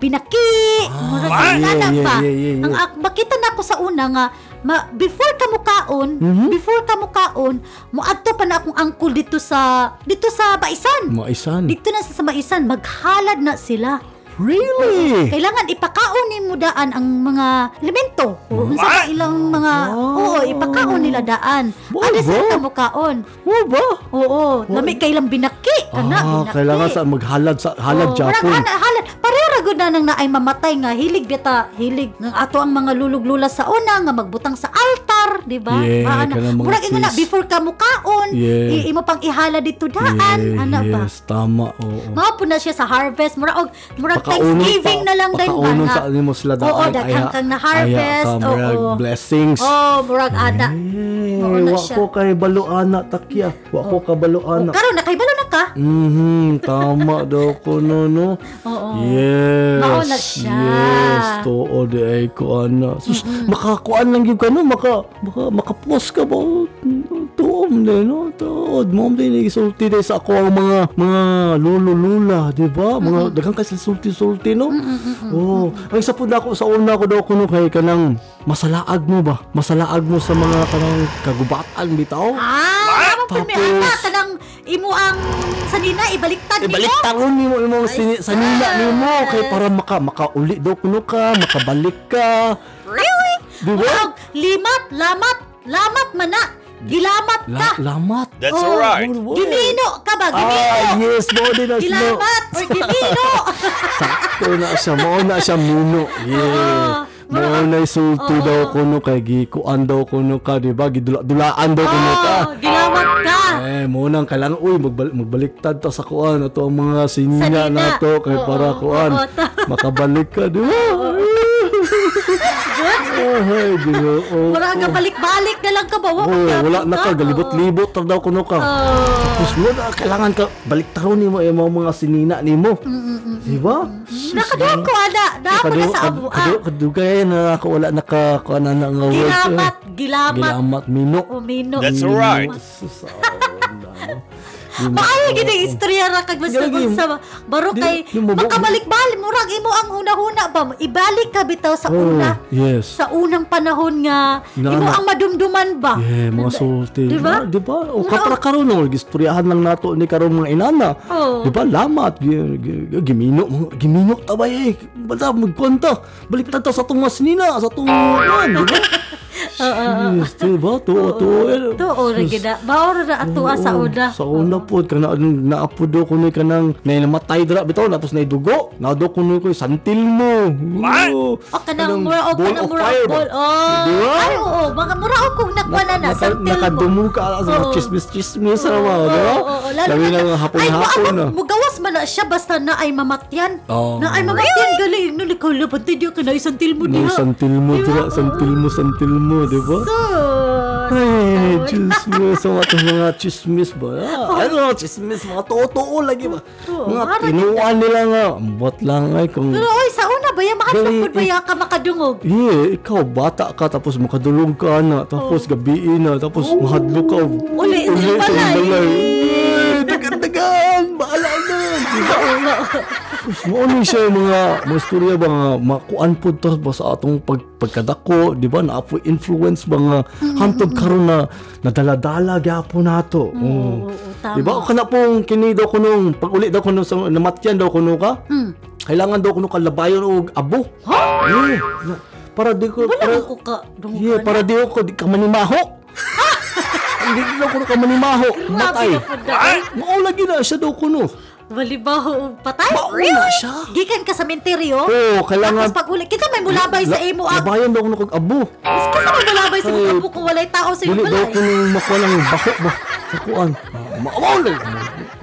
[SPEAKER 3] magbinaki murag
[SPEAKER 2] Ah. yeah,
[SPEAKER 3] ana
[SPEAKER 2] yeah,
[SPEAKER 3] pa
[SPEAKER 2] yeah, yeah, yeah.
[SPEAKER 3] ang ak- makita na ako sa una nga ma- before ka mukaon
[SPEAKER 2] Mhm.
[SPEAKER 3] before ka mukaon moadto pa na akong angkol dito sa dito sa Baisan
[SPEAKER 2] Maisan.
[SPEAKER 3] dito na sa sa Baisan maghalad na sila
[SPEAKER 2] Really?
[SPEAKER 3] Kailangan ipakaon ni mo daan ang mga elemento. O unsa ba ilang mga
[SPEAKER 2] Wow.
[SPEAKER 3] oo, ipakaon nila daan.
[SPEAKER 2] Wow,
[SPEAKER 3] Ano
[SPEAKER 2] wow.
[SPEAKER 3] sa mo kaon?
[SPEAKER 2] Oo ba?
[SPEAKER 3] Oo, lami kailang binaki kana
[SPEAKER 2] Ah,
[SPEAKER 3] binaki.
[SPEAKER 2] kailangan sa maghalad sa halad
[SPEAKER 3] Oo,
[SPEAKER 2] Japon.
[SPEAKER 3] murag ana- halad. Parera gud na nang naay mamatay nga hilig bita, hilig ng ato ang mga luluglula sa una nga magbutang sa altar, di ba?
[SPEAKER 2] Yeah,
[SPEAKER 3] Ba, ana.
[SPEAKER 2] kanang mga
[SPEAKER 3] Murag ingon na
[SPEAKER 2] feast.
[SPEAKER 3] before ka mukaon,
[SPEAKER 2] Yeah.
[SPEAKER 3] i- imo pang ihala dito daan,
[SPEAKER 2] Yeah,
[SPEAKER 3] ana Ano ba?
[SPEAKER 2] yes, tama. Oo.
[SPEAKER 3] Mao po na siya sa harvest, murag og murag
[SPEAKER 2] Pakaunon
[SPEAKER 3] Thanksgiving
[SPEAKER 2] pa-
[SPEAKER 3] na lang din ba
[SPEAKER 2] pakaunon
[SPEAKER 3] nga?
[SPEAKER 2] sa ano mo sila
[SPEAKER 3] Oo,
[SPEAKER 2] daan.
[SPEAKER 3] daghang
[SPEAKER 2] Aya-
[SPEAKER 3] kang
[SPEAKER 2] aya
[SPEAKER 3] na-harvest.
[SPEAKER 2] ka, mga
[SPEAKER 3] Oo.
[SPEAKER 2] Blessings.
[SPEAKER 3] Oh, murag ana.
[SPEAKER 2] Eh,
[SPEAKER 3] Mao na
[SPEAKER 2] wa
[SPEAKER 3] siya.
[SPEAKER 2] ko kay baluana takya. Wa ko ka baluana.
[SPEAKER 3] Oh, Karon nakaibalo na ka.
[SPEAKER 2] Mhm, tama daw ko no no.
[SPEAKER 3] Oo.
[SPEAKER 2] Yes.
[SPEAKER 3] Mao na siya.
[SPEAKER 2] Yes, oo di ay ko ana. Sus, makakuan lang gyud ka no, maka maka makapost ka ba tuom din no. Tuod mo din isulti din sa ako ang mga mga lolo lula, di ba? Mga daghang kay sulti sulti no. Oo. Oh, ang isa po na ako sa una ko daw kuno kay kanang masalaag mo ba? Masalaag mo sa mga kanang kagubatan bitaw.
[SPEAKER 3] Ah, amo po mi
[SPEAKER 2] Tapos-
[SPEAKER 3] ana tanang imo ang sanina ibaliktad nimo.
[SPEAKER 2] Ibalik taron nimo imong sini sa nila nimo kay para maka makauli daw kuno ka, makabalik ka.
[SPEAKER 3] Really?
[SPEAKER 2] Di ba?
[SPEAKER 3] Murag limat, lamat, lamat man na. Gilamat ka.
[SPEAKER 2] La lamat.
[SPEAKER 4] That's
[SPEAKER 3] Oh,
[SPEAKER 4] alright.
[SPEAKER 2] Good word.
[SPEAKER 3] Gimino ka ba? Gimino.
[SPEAKER 2] Ah, yes, mo din na slow.
[SPEAKER 3] Gilamat or gimino.
[SPEAKER 2] Sakto na siya, mo na siya muno. Yeah.
[SPEAKER 3] Oo.
[SPEAKER 2] Mo na sulti
[SPEAKER 3] Oo.
[SPEAKER 2] daw kuno kay gikuan daw kuno ka, di ba? Gidula-dulaan daw kuno ka.
[SPEAKER 3] Oh, gilamat ka.
[SPEAKER 2] Eh, mo nang kailangan, uy, magbal- magbaliktad ta sa kuan. Ito ang mga sinina
[SPEAKER 3] Sanina.
[SPEAKER 2] na to kay
[SPEAKER 3] Oo,
[SPEAKER 2] para kuan.
[SPEAKER 3] oo, ta-
[SPEAKER 2] Makabalik ka, di ba? Ay, ginoo.
[SPEAKER 3] Murag nga balik-balik na lang ka ba? Wa,
[SPEAKER 2] Oo,
[SPEAKER 3] magyapon
[SPEAKER 2] wala na ka, galibot-libot na daw kuno ka.
[SPEAKER 3] Oo.
[SPEAKER 2] Tapos mo na, kailangan ka, baliktaron ni mo, eh, mga mga sinina ni mo. Di ba?
[SPEAKER 3] Nakadaan ko ana, Dako na sa abuan.
[SPEAKER 2] Kadugay na ako, wala na ka, kuan na nga words, eh.
[SPEAKER 3] Gilamat, gilamat.
[SPEAKER 2] Gilamat, minok.
[SPEAKER 3] Umino.
[SPEAKER 4] That's alright.
[SPEAKER 2] Sus, ah, ano.
[SPEAKER 3] Maayo gid ang istorya ra kag
[SPEAKER 2] Gagi,
[SPEAKER 3] masugod sa baro
[SPEAKER 2] di-
[SPEAKER 3] kay
[SPEAKER 2] di mo ba-
[SPEAKER 3] makabalik-balik murag imo ang hunahuna ba ibalik ka bitaw sa
[SPEAKER 2] Oh,
[SPEAKER 3] una
[SPEAKER 2] yes.
[SPEAKER 3] sa unang panahon nga
[SPEAKER 2] Nga
[SPEAKER 3] imo
[SPEAKER 2] na.
[SPEAKER 3] ang madumduman ba
[SPEAKER 2] Yeah, mga sulti.
[SPEAKER 3] Di
[SPEAKER 2] Ah,
[SPEAKER 3] ba?
[SPEAKER 2] Di ba? O kapra karon no, gistoryahan lang nato ni karon mga inana.
[SPEAKER 3] Oo.
[SPEAKER 2] Di ba? Lamat Gi- gi- gimino mga- gimino tabay eh. Basta magkwenta. Baliktad ta sa tong mas nina, sa tong yan, di ba? Jeez, di ba? Tuo, tuo. eh.
[SPEAKER 3] tuo ra gid baor ra atua sa
[SPEAKER 2] Oo,
[SPEAKER 3] una
[SPEAKER 2] Sa una po, kana naapo daw ko ni kanang namatay dra bitaw tapos naidugo. Nado ko ni ko santil mo.
[SPEAKER 4] What?
[SPEAKER 2] Oo.
[SPEAKER 3] o kanang mura o
[SPEAKER 2] ball
[SPEAKER 3] kanang
[SPEAKER 2] of
[SPEAKER 3] mura
[SPEAKER 2] fire ba?
[SPEAKER 3] ball oh
[SPEAKER 2] Di ba?
[SPEAKER 3] ay oo mga mura o kung nakwana na sa
[SPEAKER 2] Naka- Nakadumuga ka sa mga
[SPEAKER 3] Oo.
[SPEAKER 2] chismis-chismis
[SPEAKER 3] oh,
[SPEAKER 2] sa mga, di ba? Lalo na ng hapon-hapon na.
[SPEAKER 3] Mugawas man na siya basta na ay mamatyan.
[SPEAKER 2] Oo.
[SPEAKER 3] Na ay mamatyan galing no likaw laban tayo ka na isantil mo
[SPEAKER 2] No,
[SPEAKER 3] diha.
[SPEAKER 2] santil mo,
[SPEAKER 3] Di ba?
[SPEAKER 2] dira, santil mo, santil mo, di ba?
[SPEAKER 3] Sus.
[SPEAKER 2] Ay, Diyos mo, sa mga itong mga chismis ba? Ah, ano, chismis, mga totoo lagi ba?
[SPEAKER 3] Oo,
[SPEAKER 2] Mga
[SPEAKER 3] parang-
[SPEAKER 2] tinuan nila nga, ambot lang ay kung...
[SPEAKER 3] Pero oy sa una ba ya
[SPEAKER 2] Galing,
[SPEAKER 3] makatapod ba ya ka makadungog?
[SPEAKER 2] Yeah, ikaw, bata ka, tapos makadulog ka na, tapos gabiin na, tapos mahadlo ka.
[SPEAKER 3] Uli sa balay.
[SPEAKER 2] Eh, Dagan-dagan, baala na. Di ba? Tapos mauni siya yung mga, mga storya ba nga, makuan po to ba sa atong pag, pagkadako, di ba, na apo influence ba nga, hantog karon na, nadaladala gyapo nato.
[SPEAKER 3] Oo,
[SPEAKER 2] Oo.
[SPEAKER 3] oo, tama.
[SPEAKER 2] Di ba? Kana pong kini daw ko nung, pag uli daw ko nung, sa- namatyan daw ko nung ka,
[SPEAKER 3] Hmm.
[SPEAKER 2] kailangan daw ko nung kalabayon o abo. Yeah. Na- Para di ko,
[SPEAKER 3] Wala
[SPEAKER 2] para,
[SPEAKER 3] ko ka dungog.
[SPEAKER 2] yeah, para di ko, di ka manimahok. Hindi daw ko nung ka manimahok. Matay. Maula gina siya daw ko nung.
[SPEAKER 3] Walibaho og patay.
[SPEAKER 2] Mauna siya.
[SPEAKER 3] Gikan ka sa menteryo.
[SPEAKER 2] Oo, kailangan-
[SPEAKER 3] Tapos pag uli kita may mulabay sa imo ah. ang
[SPEAKER 2] Labayan daw ko nung abo.
[SPEAKER 3] Kasi sa may mulabay sa
[SPEAKER 2] Ay.
[SPEAKER 3] imo kung walay tao sa imo
[SPEAKER 2] Dili daw ko
[SPEAKER 3] balay.
[SPEAKER 2] nung makuha lang yung bako ba. Sa kuan. Ma- Maula.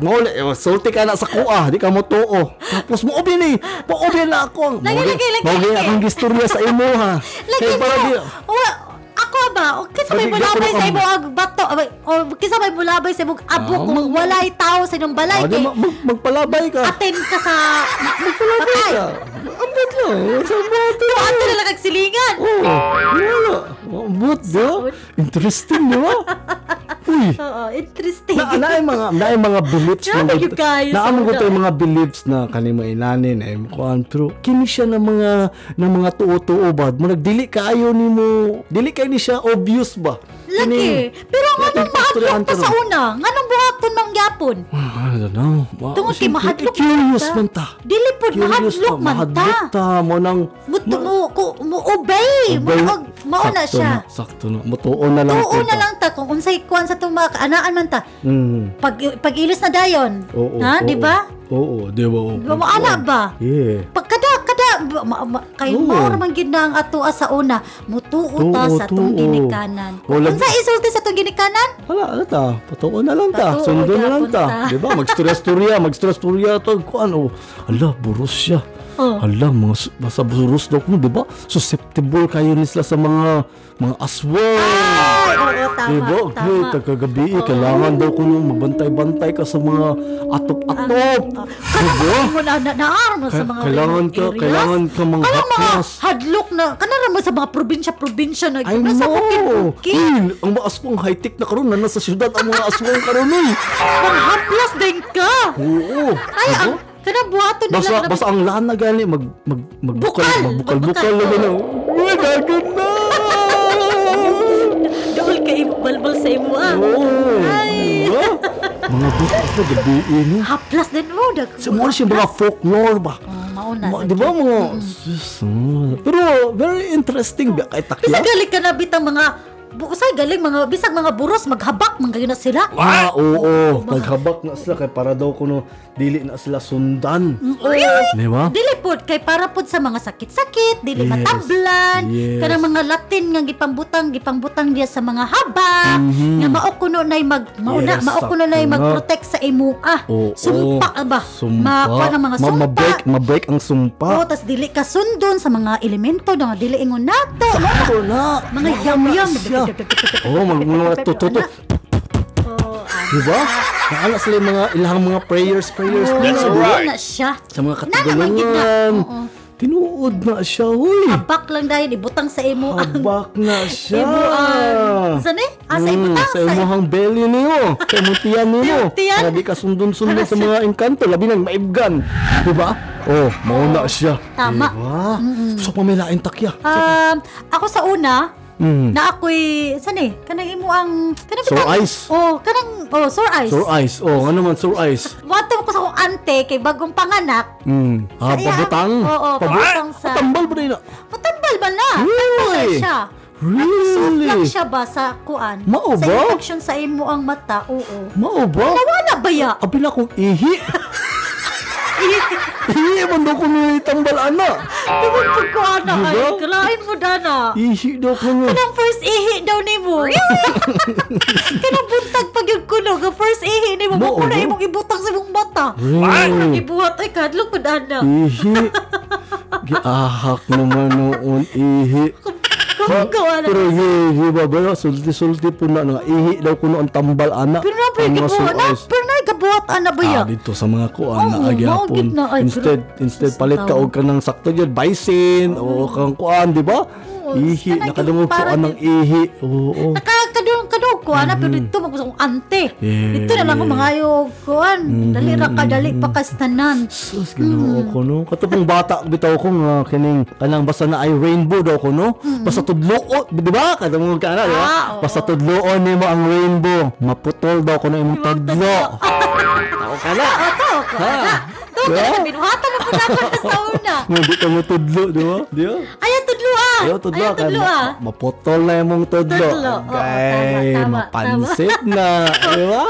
[SPEAKER 2] Maula. eh, Sulti ka na sa kuha. Di ka mo tuo. Tapos mo obin eh. Paobin na ako.
[SPEAKER 3] Lagi,
[SPEAKER 2] Mauli-
[SPEAKER 3] lagi, lagi,
[SPEAKER 2] Mauli
[SPEAKER 3] lagi.
[SPEAKER 2] akong gistorya sa imo ha.
[SPEAKER 3] Lagi
[SPEAKER 2] Kaya
[SPEAKER 3] mo.
[SPEAKER 2] para di-
[SPEAKER 3] Wa- Ako ba? O kisa may
[SPEAKER 2] Dili, dili ako
[SPEAKER 3] mulabay sa
[SPEAKER 2] nakam-
[SPEAKER 3] imo ang bato. abay, O kisa may mulabay sa imo ang abo
[SPEAKER 2] Ah,
[SPEAKER 3] kung
[SPEAKER 2] mag-
[SPEAKER 3] walay tao sa imong balay.
[SPEAKER 2] Ah, di,
[SPEAKER 3] kay
[SPEAKER 2] ma- ha. mag- Magpalabay ka.
[SPEAKER 3] Attend ka sa
[SPEAKER 2] Palabay
[SPEAKER 3] patay.
[SPEAKER 2] ka. Ambot lang. Sa bato.
[SPEAKER 3] So, ato na lang ang silingan.
[SPEAKER 2] Eh, Oh, wala. Ambot, di ba? Interesting, ha. di ba? Uy.
[SPEAKER 3] Oo, interesting.
[SPEAKER 2] Na, na yung mga na yung mga beliefs
[SPEAKER 3] Grabe
[SPEAKER 2] na
[SPEAKER 3] you guys,
[SPEAKER 2] na amo ko
[SPEAKER 3] sobra.
[SPEAKER 2] to yung mga beliefs na kani mailani na yung kuan pero kini siya ng mga ng mga tuo-tuo ba mo nagdili kaayo nimo dili kay ni siya obvious ba
[SPEAKER 3] Lagi. Pero nga nung maadlok ka sa
[SPEAKER 2] Karon.
[SPEAKER 3] una, nga nung buhaton ng yapon.
[SPEAKER 2] "Ah, I don't know. Wa-
[SPEAKER 3] Tungod kay
[SPEAKER 2] siyempre,
[SPEAKER 3] mahadlok
[SPEAKER 2] Curious
[SPEAKER 3] man ta.
[SPEAKER 2] man ta.
[SPEAKER 3] Dili po, mahadlok man
[SPEAKER 2] Mahadlok
[SPEAKER 3] ta.
[SPEAKER 2] ta. Mo nang...
[SPEAKER 3] Buto mo, ko, mo obey.
[SPEAKER 2] Abay,
[SPEAKER 3] Mo, mauna
[SPEAKER 2] sakto
[SPEAKER 3] siya.
[SPEAKER 2] Na, sakto na. Mutuon na lang.
[SPEAKER 3] Tuo
[SPEAKER 2] kita.
[SPEAKER 3] na lang ta kung unsay kuan sa itong mga kaanaan man ta.
[SPEAKER 2] Mm.
[SPEAKER 3] Pag, pag ilis na dayon.
[SPEAKER 2] Oo.
[SPEAKER 3] ha,
[SPEAKER 2] oo.
[SPEAKER 3] di ba?
[SPEAKER 2] Oo, di ba? oo.
[SPEAKER 3] Mo ana ba?
[SPEAKER 2] Yeah.
[SPEAKER 3] pagkada kada ma, ma, kay
[SPEAKER 2] Oo.
[SPEAKER 3] mao ra man gid na ang ato ah, sa una mutuo ta
[SPEAKER 2] Oo,
[SPEAKER 3] sa tong
[SPEAKER 2] tuo.
[SPEAKER 3] ginikanan
[SPEAKER 2] Wala-
[SPEAKER 3] unsa isulti sa tong ginikanan
[SPEAKER 2] Wala, ano ta? Patuon na lang ta.
[SPEAKER 3] Patuon
[SPEAKER 2] Sundo na
[SPEAKER 3] na
[SPEAKER 2] lang ta.
[SPEAKER 3] punta.
[SPEAKER 2] Di ba? Magsturya-sturya. Magsturya-sturya to. Kuan, oh. Ala, buros siya.
[SPEAKER 3] Oh.
[SPEAKER 2] Ala, mga su- basta buros daw ko, di ba? Susceptible kayo ni sila sa mga mga aswang.
[SPEAKER 3] ay oo tama
[SPEAKER 2] Di ba?
[SPEAKER 3] Ah, tama
[SPEAKER 2] Di, kagabi, eh, kailangan daw ko nung magbantay-bantay ka sa mga atop-atop. Di ba?
[SPEAKER 3] Mo na na naarma sa oh, mga
[SPEAKER 2] Kailangan Diba? ka,
[SPEAKER 3] areas.
[SPEAKER 2] kailangan ka mga
[SPEAKER 3] Kanang mga
[SPEAKER 2] haklas.
[SPEAKER 3] hadlok na kana ra mo sa mga probinsya-probinsya na
[SPEAKER 2] I
[SPEAKER 3] yun, nasa
[SPEAKER 2] know!
[SPEAKER 3] bukid-bukid
[SPEAKER 2] Eh, ang mga aswang high-tech na karoon na nasa syudad ang mga aswang karoon eh.
[SPEAKER 3] mga hadlas din ka
[SPEAKER 2] Oo.
[SPEAKER 3] ay ang
[SPEAKER 2] Ano?
[SPEAKER 3] kana buhaton nila
[SPEAKER 2] Basta,
[SPEAKER 3] na-
[SPEAKER 2] basta ang lana gali, mag, mag, magbukal,
[SPEAKER 3] Bukal!
[SPEAKER 2] magbukal, bukal,
[SPEAKER 3] Magbukal,
[SPEAKER 2] na
[SPEAKER 3] oo.
[SPEAKER 2] gano'n. Uy, gagod na!
[SPEAKER 3] dahil kay balbal sa imo ah
[SPEAKER 2] Oo. Diba? Mga butas na gabi eh, no?
[SPEAKER 3] haplas din mo dag
[SPEAKER 2] Sa mga ano siya mga folklore ba?
[SPEAKER 3] Oh, mauna
[SPEAKER 2] Ma, di ba mga... Sus, ah. Pero very interesting ba kay Takya?
[SPEAKER 3] Bisag galing ka na bitang mga bu- Usay galing mga bisag mga buros maghabak mga yun na sila.
[SPEAKER 2] Ah, oo. Naghabak na sila kay para daw kuno dili na sila sundan.
[SPEAKER 3] Mm, Really?
[SPEAKER 2] Di ba?
[SPEAKER 3] Dili pod kay para pod sa mga sakit-sakit, dili
[SPEAKER 2] Oh. Yes.
[SPEAKER 3] matablan,
[SPEAKER 2] Yes.
[SPEAKER 3] kanang mga latin nga gipangbutang gipangbutang diya sa mga habak nga mao kuno nay mag
[SPEAKER 2] Mhm. Yes,
[SPEAKER 3] mauna
[SPEAKER 2] Oh,
[SPEAKER 3] mao kuno nay
[SPEAKER 2] sakto na.
[SPEAKER 3] mag-protect sa imo ah.
[SPEAKER 2] Oo.
[SPEAKER 3] sumpa ba?
[SPEAKER 2] Sumpa.
[SPEAKER 3] Makuha ng mga
[SPEAKER 2] Ma-
[SPEAKER 3] sumpa.
[SPEAKER 2] ma-break, ma-break ang
[SPEAKER 3] Oh,
[SPEAKER 2] sumpa.
[SPEAKER 3] tas dili ka sundon sa mga elemento na nga dili ingon nato.
[SPEAKER 2] Sakto na.
[SPEAKER 3] Mga yam-yam.
[SPEAKER 2] siya. Oo, mag mga tututo.
[SPEAKER 3] Oh, ah.
[SPEAKER 2] Di ba? Naala sila yung mga ilang mga prayers, prayers. prayers.
[SPEAKER 3] Oh,
[SPEAKER 2] Diba?
[SPEAKER 3] na siya.
[SPEAKER 2] Sa mga
[SPEAKER 3] Na naman yun na.
[SPEAKER 2] katagalangan.
[SPEAKER 3] Oo.
[SPEAKER 2] Tinuod na siya, uy.
[SPEAKER 3] Habak Oh, lang dahil ibutang sa imo ang
[SPEAKER 2] Habak na siya.
[SPEAKER 3] imo ang sa ni? Ah, sa
[SPEAKER 2] Mm,
[SPEAKER 3] ibutang
[SPEAKER 2] sa
[SPEAKER 3] sa imo.
[SPEAKER 2] imuhang belly niyo. Sa imong tiyan niyo.
[SPEAKER 3] tiyan?
[SPEAKER 2] Para di ka sundon-sundon sa mga engkanto. Labi ng maibgan. Diba? Oh, mauna siya.
[SPEAKER 3] Tama.
[SPEAKER 2] Diba? So, pamilain takya.
[SPEAKER 3] Um, ako sa una,
[SPEAKER 2] Mm.
[SPEAKER 3] na ako'y, sa ni? Kanang imo ang, kanang
[SPEAKER 2] Sore
[SPEAKER 3] bitang-
[SPEAKER 2] eyes.
[SPEAKER 3] Oh, kanang, oh, sore eyes.
[SPEAKER 2] Sore eyes. Oh, ano man sore eyes?
[SPEAKER 3] Watang ko sa akong ante kay bagong panganak.
[SPEAKER 2] Mm. Ah,
[SPEAKER 3] Sa iya-
[SPEAKER 2] pabutang.
[SPEAKER 3] Oo, pabutang sa-
[SPEAKER 2] Tambal pa rin na. ah.
[SPEAKER 3] Matambal ba na? Tambal na
[SPEAKER 2] Really?
[SPEAKER 3] siya. Soft lang
[SPEAKER 2] Really?
[SPEAKER 3] siya ba sa kuan?
[SPEAKER 2] Mao
[SPEAKER 3] Sa
[SPEAKER 2] ba?
[SPEAKER 3] infection sa imo ang mata, oo.
[SPEAKER 2] Mao ba?
[SPEAKER 3] Wala ba ya?
[SPEAKER 2] Abi na kong ihi. ihi man daw ko may tambal ana.
[SPEAKER 3] Tungod pag kuan na
[SPEAKER 2] Diba?
[SPEAKER 3] ay, kalain mo dana.
[SPEAKER 2] Ihi daw ko nga.
[SPEAKER 3] Kanang first ihi daw ni mo. Kanang buntag pag yung kuno, ka first ihi ni mo.
[SPEAKER 2] Mao
[SPEAKER 3] Mao na
[SPEAKER 2] ba?
[SPEAKER 3] imong ibutang sa imong mata.
[SPEAKER 2] Wow.
[SPEAKER 3] Ay, nang ibuhat ay kadlok po dana.
[SPEAKER 2] Ihi. Giahak naman noon ihi.
[SPEAKER 3] Kung kuan na.
[SPEAKER 2] Pero ihi ba ba? Sulti-sulti po na nga. Ihi daw ko ang tambal ana.
[SPEAKER 3] Pero na pa
[SPEAKER 2] Ang mga
[SPEAKER 3] ikabuhat
[SPEAKER 2] sore
[SPEAKER 3] na.
[SPEAKER 2] eyes.
[SPEAKER 3] Pero na ikabuhat ana ba ya?
[SPEAKER 2] Ah, dito sa mga kuan
[SPEAKER 3] Oo,
[SPEAKER 2] na agyapon.
[SPEAKER 3] maugid na. Ay,
[SPEAKER 2] Instead, instead palit ka og kanang sakto gyud bison o Oh, kang kuan, di ba?
[SPEAKER 3] Oo,
[SPEAKER 2] Ihi,
[SPEAKER 3] kanang
[SPEAKER 2] nakadungog
[SPEAKER 3] parang-
[SPEAKER 2] kuan ng ihi. Oo.
[SPEAKER 3] Nakakadong kadong ko ana pero dito magkusa kong ante.
[SPEAKER 2] Mm-hmm. Yeah. Mm-hmm.
[SPEAKER 3] Dito na lang ko mangayog kuan. Dali ra ka dali pa kastanan.
[SPEAKER 2] Sus, ginoo ko no. Katapong bata bitaw ko nga kining kanang basta na ay rainbow daw ko no. Basta tudloon, di ba? Kada mo ka na, di ba?
[SPEAKER 3] Mm-hmm. Ah, oo.
[SPEAKER 2] Basta tudloon nimo ang rainbow. Maputol daw ko na imong tudlo. Tao ka na.
[SPEAKER 3] Tao ka
[SPEAKER 2] Ha?
[SPEAKER 3] oh, na. Tao ka
[SPEAKER 2] Yeah.
[SPEAKER 3] na binuhatan na po dapat na sa una.
[SPEAKER 2] Nga di ka mo tudlo, di ba? Di ba?
[SPEAKER 3] Ayaw tudlo ah.
[SPEAKER 2] Ayaw tudlo.
[SPEAKER 3] Ayaw
[SPEAKER 2] kaya
[SPEAKER 3] tudlo ah.
[SPEAKER 2] ma- maputol na yung mong tudlo.
[SPEAKER 3] Tudlo, oo,
[SPEAKER 2] Agay,
[SPEAKER 3] tama, tama,
[SPEAKER 2] mapansit na. Di ba?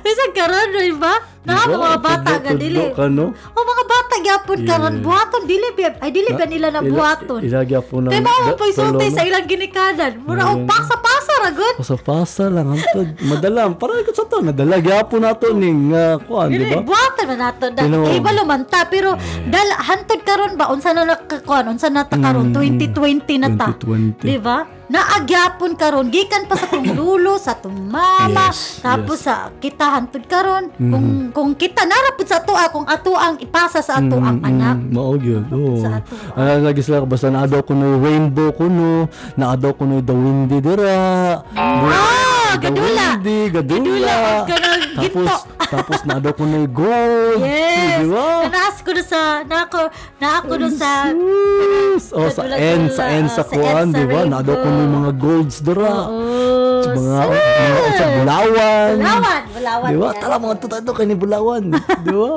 [SPEAKER 3] Bisan karon rin ba? Na
[SPEAKER 2] Diba?
[SPEAKER 3] mga bata
[SPEAKER 2] Tudlo,
[SPEAKER 3] nga dili.
[SPEAKER 2] tudlo ka, no?
[SPEAKER 3] O mga bata gyapon karon
[SPEAKER 2] Yeah.
[SPEAKER 3] buhaton dili ba? Ay dili ba nila na
[SPEAKER 2] Ila-
[SPEAKER 3] buhaton?
[SPEAKER 2] Ilagya po ng...
[SPEAKER 3] Kay mao pag
[SPEAKER 2] tulo,
[SPEAKER 3] sulti
[SPEAKER 2] no?
[SPEAKER 3] sa ilang ginikanan. Mura
[SPEAKER 2] Yeah.
[SPEAKER 3] og pasa-pasa ra gud.
[SPEAKER 2] Pasa-pasa lang ang tod. Madala. Parang ikot sa to. Nadala. Gyapo na to ning uh, kuan, di ba?
[SPEAKER 3] Buhatan man nato na
[SPEAKER 2] Pero-
[SPEAKER 3] kay iba lumanta
[SPEAKER 2] Eh.
[SPEAKER 3] pero dal hantod karon ba unsa na nakakuan unsa na ta
[SPEAKER 2] Hmm.
[SPEAKER 3] karon 2020 na ta.
[SPEAKER 2] 2020.
[SPEAKER 3] Di ba? Naagyapon karon gikan pa sa tong lulo sa tong mama
[SPEAKER 2] Yes, Hmm.
[SPEAKER 3] tapos sa kita hantod karon kung kung kita narapod sa ato ah, kung ato ang ipasa sa
[SPEAKER 2] Hmm,
[SPEAKER 3] ato
[SPEAKER 2] Mm,
[SPEAKER 3] ang anak.
[SPEAKER 2] Mao gyud. Oo.
[SPEAKER 3] Sa ato. ah.
[SPEAKER 2] Ana lagi sila basta naadaw ko no rainbow ko no. Naadaw ko no the windy dira.
[SPEAKER 3] Ah,
[SPEAKER 2] The
[SPEAKER 3] gadula.
[SPEAKER 2] windy, gadula.
[SPEAKER 3] Gadula, ganang
[SPEAKER 2] Tapos
[SPEAKER 3] ginto.
[SPEAKER 2] tapos naadaw ko no gold.
[SPEAKER 3] Yes.
[SPEAKER 2] Di ba?
[SPEAKER 3] Nanas ko na sa na ako na ako na sa
[SPEAKER 2] Yes. Oh, sa
[SPEAKER 3] Gadula,
[SPEAKER 2] end, sa
[SPEAKER 3] gadula. ah,
[SPEAKER 2] end sa
[SPEAKER 3] Sa end
[SPEAKER 2] kuan,
[SPEAKER 3] sa
[SPEAKER 2] di ba? Naadaw ko no
[SPEAKER 3] rainbow.
[SPEAKER 2] mga golds dira.
[SPEAKER 3] Oo.
[SPEAKER 2] sa
[SPEAKER 3] Sus.
[SPEAKER 2] mga mga- sa Bulawan.
[SPEAKER 3] Bulawan, Bulawan.
[SPEAKER 2] Di ba?
[SPEAKER 3] Bulawan.
[SPEAKER 2] Tala mga tutado kay ni Bulawan. Di ba?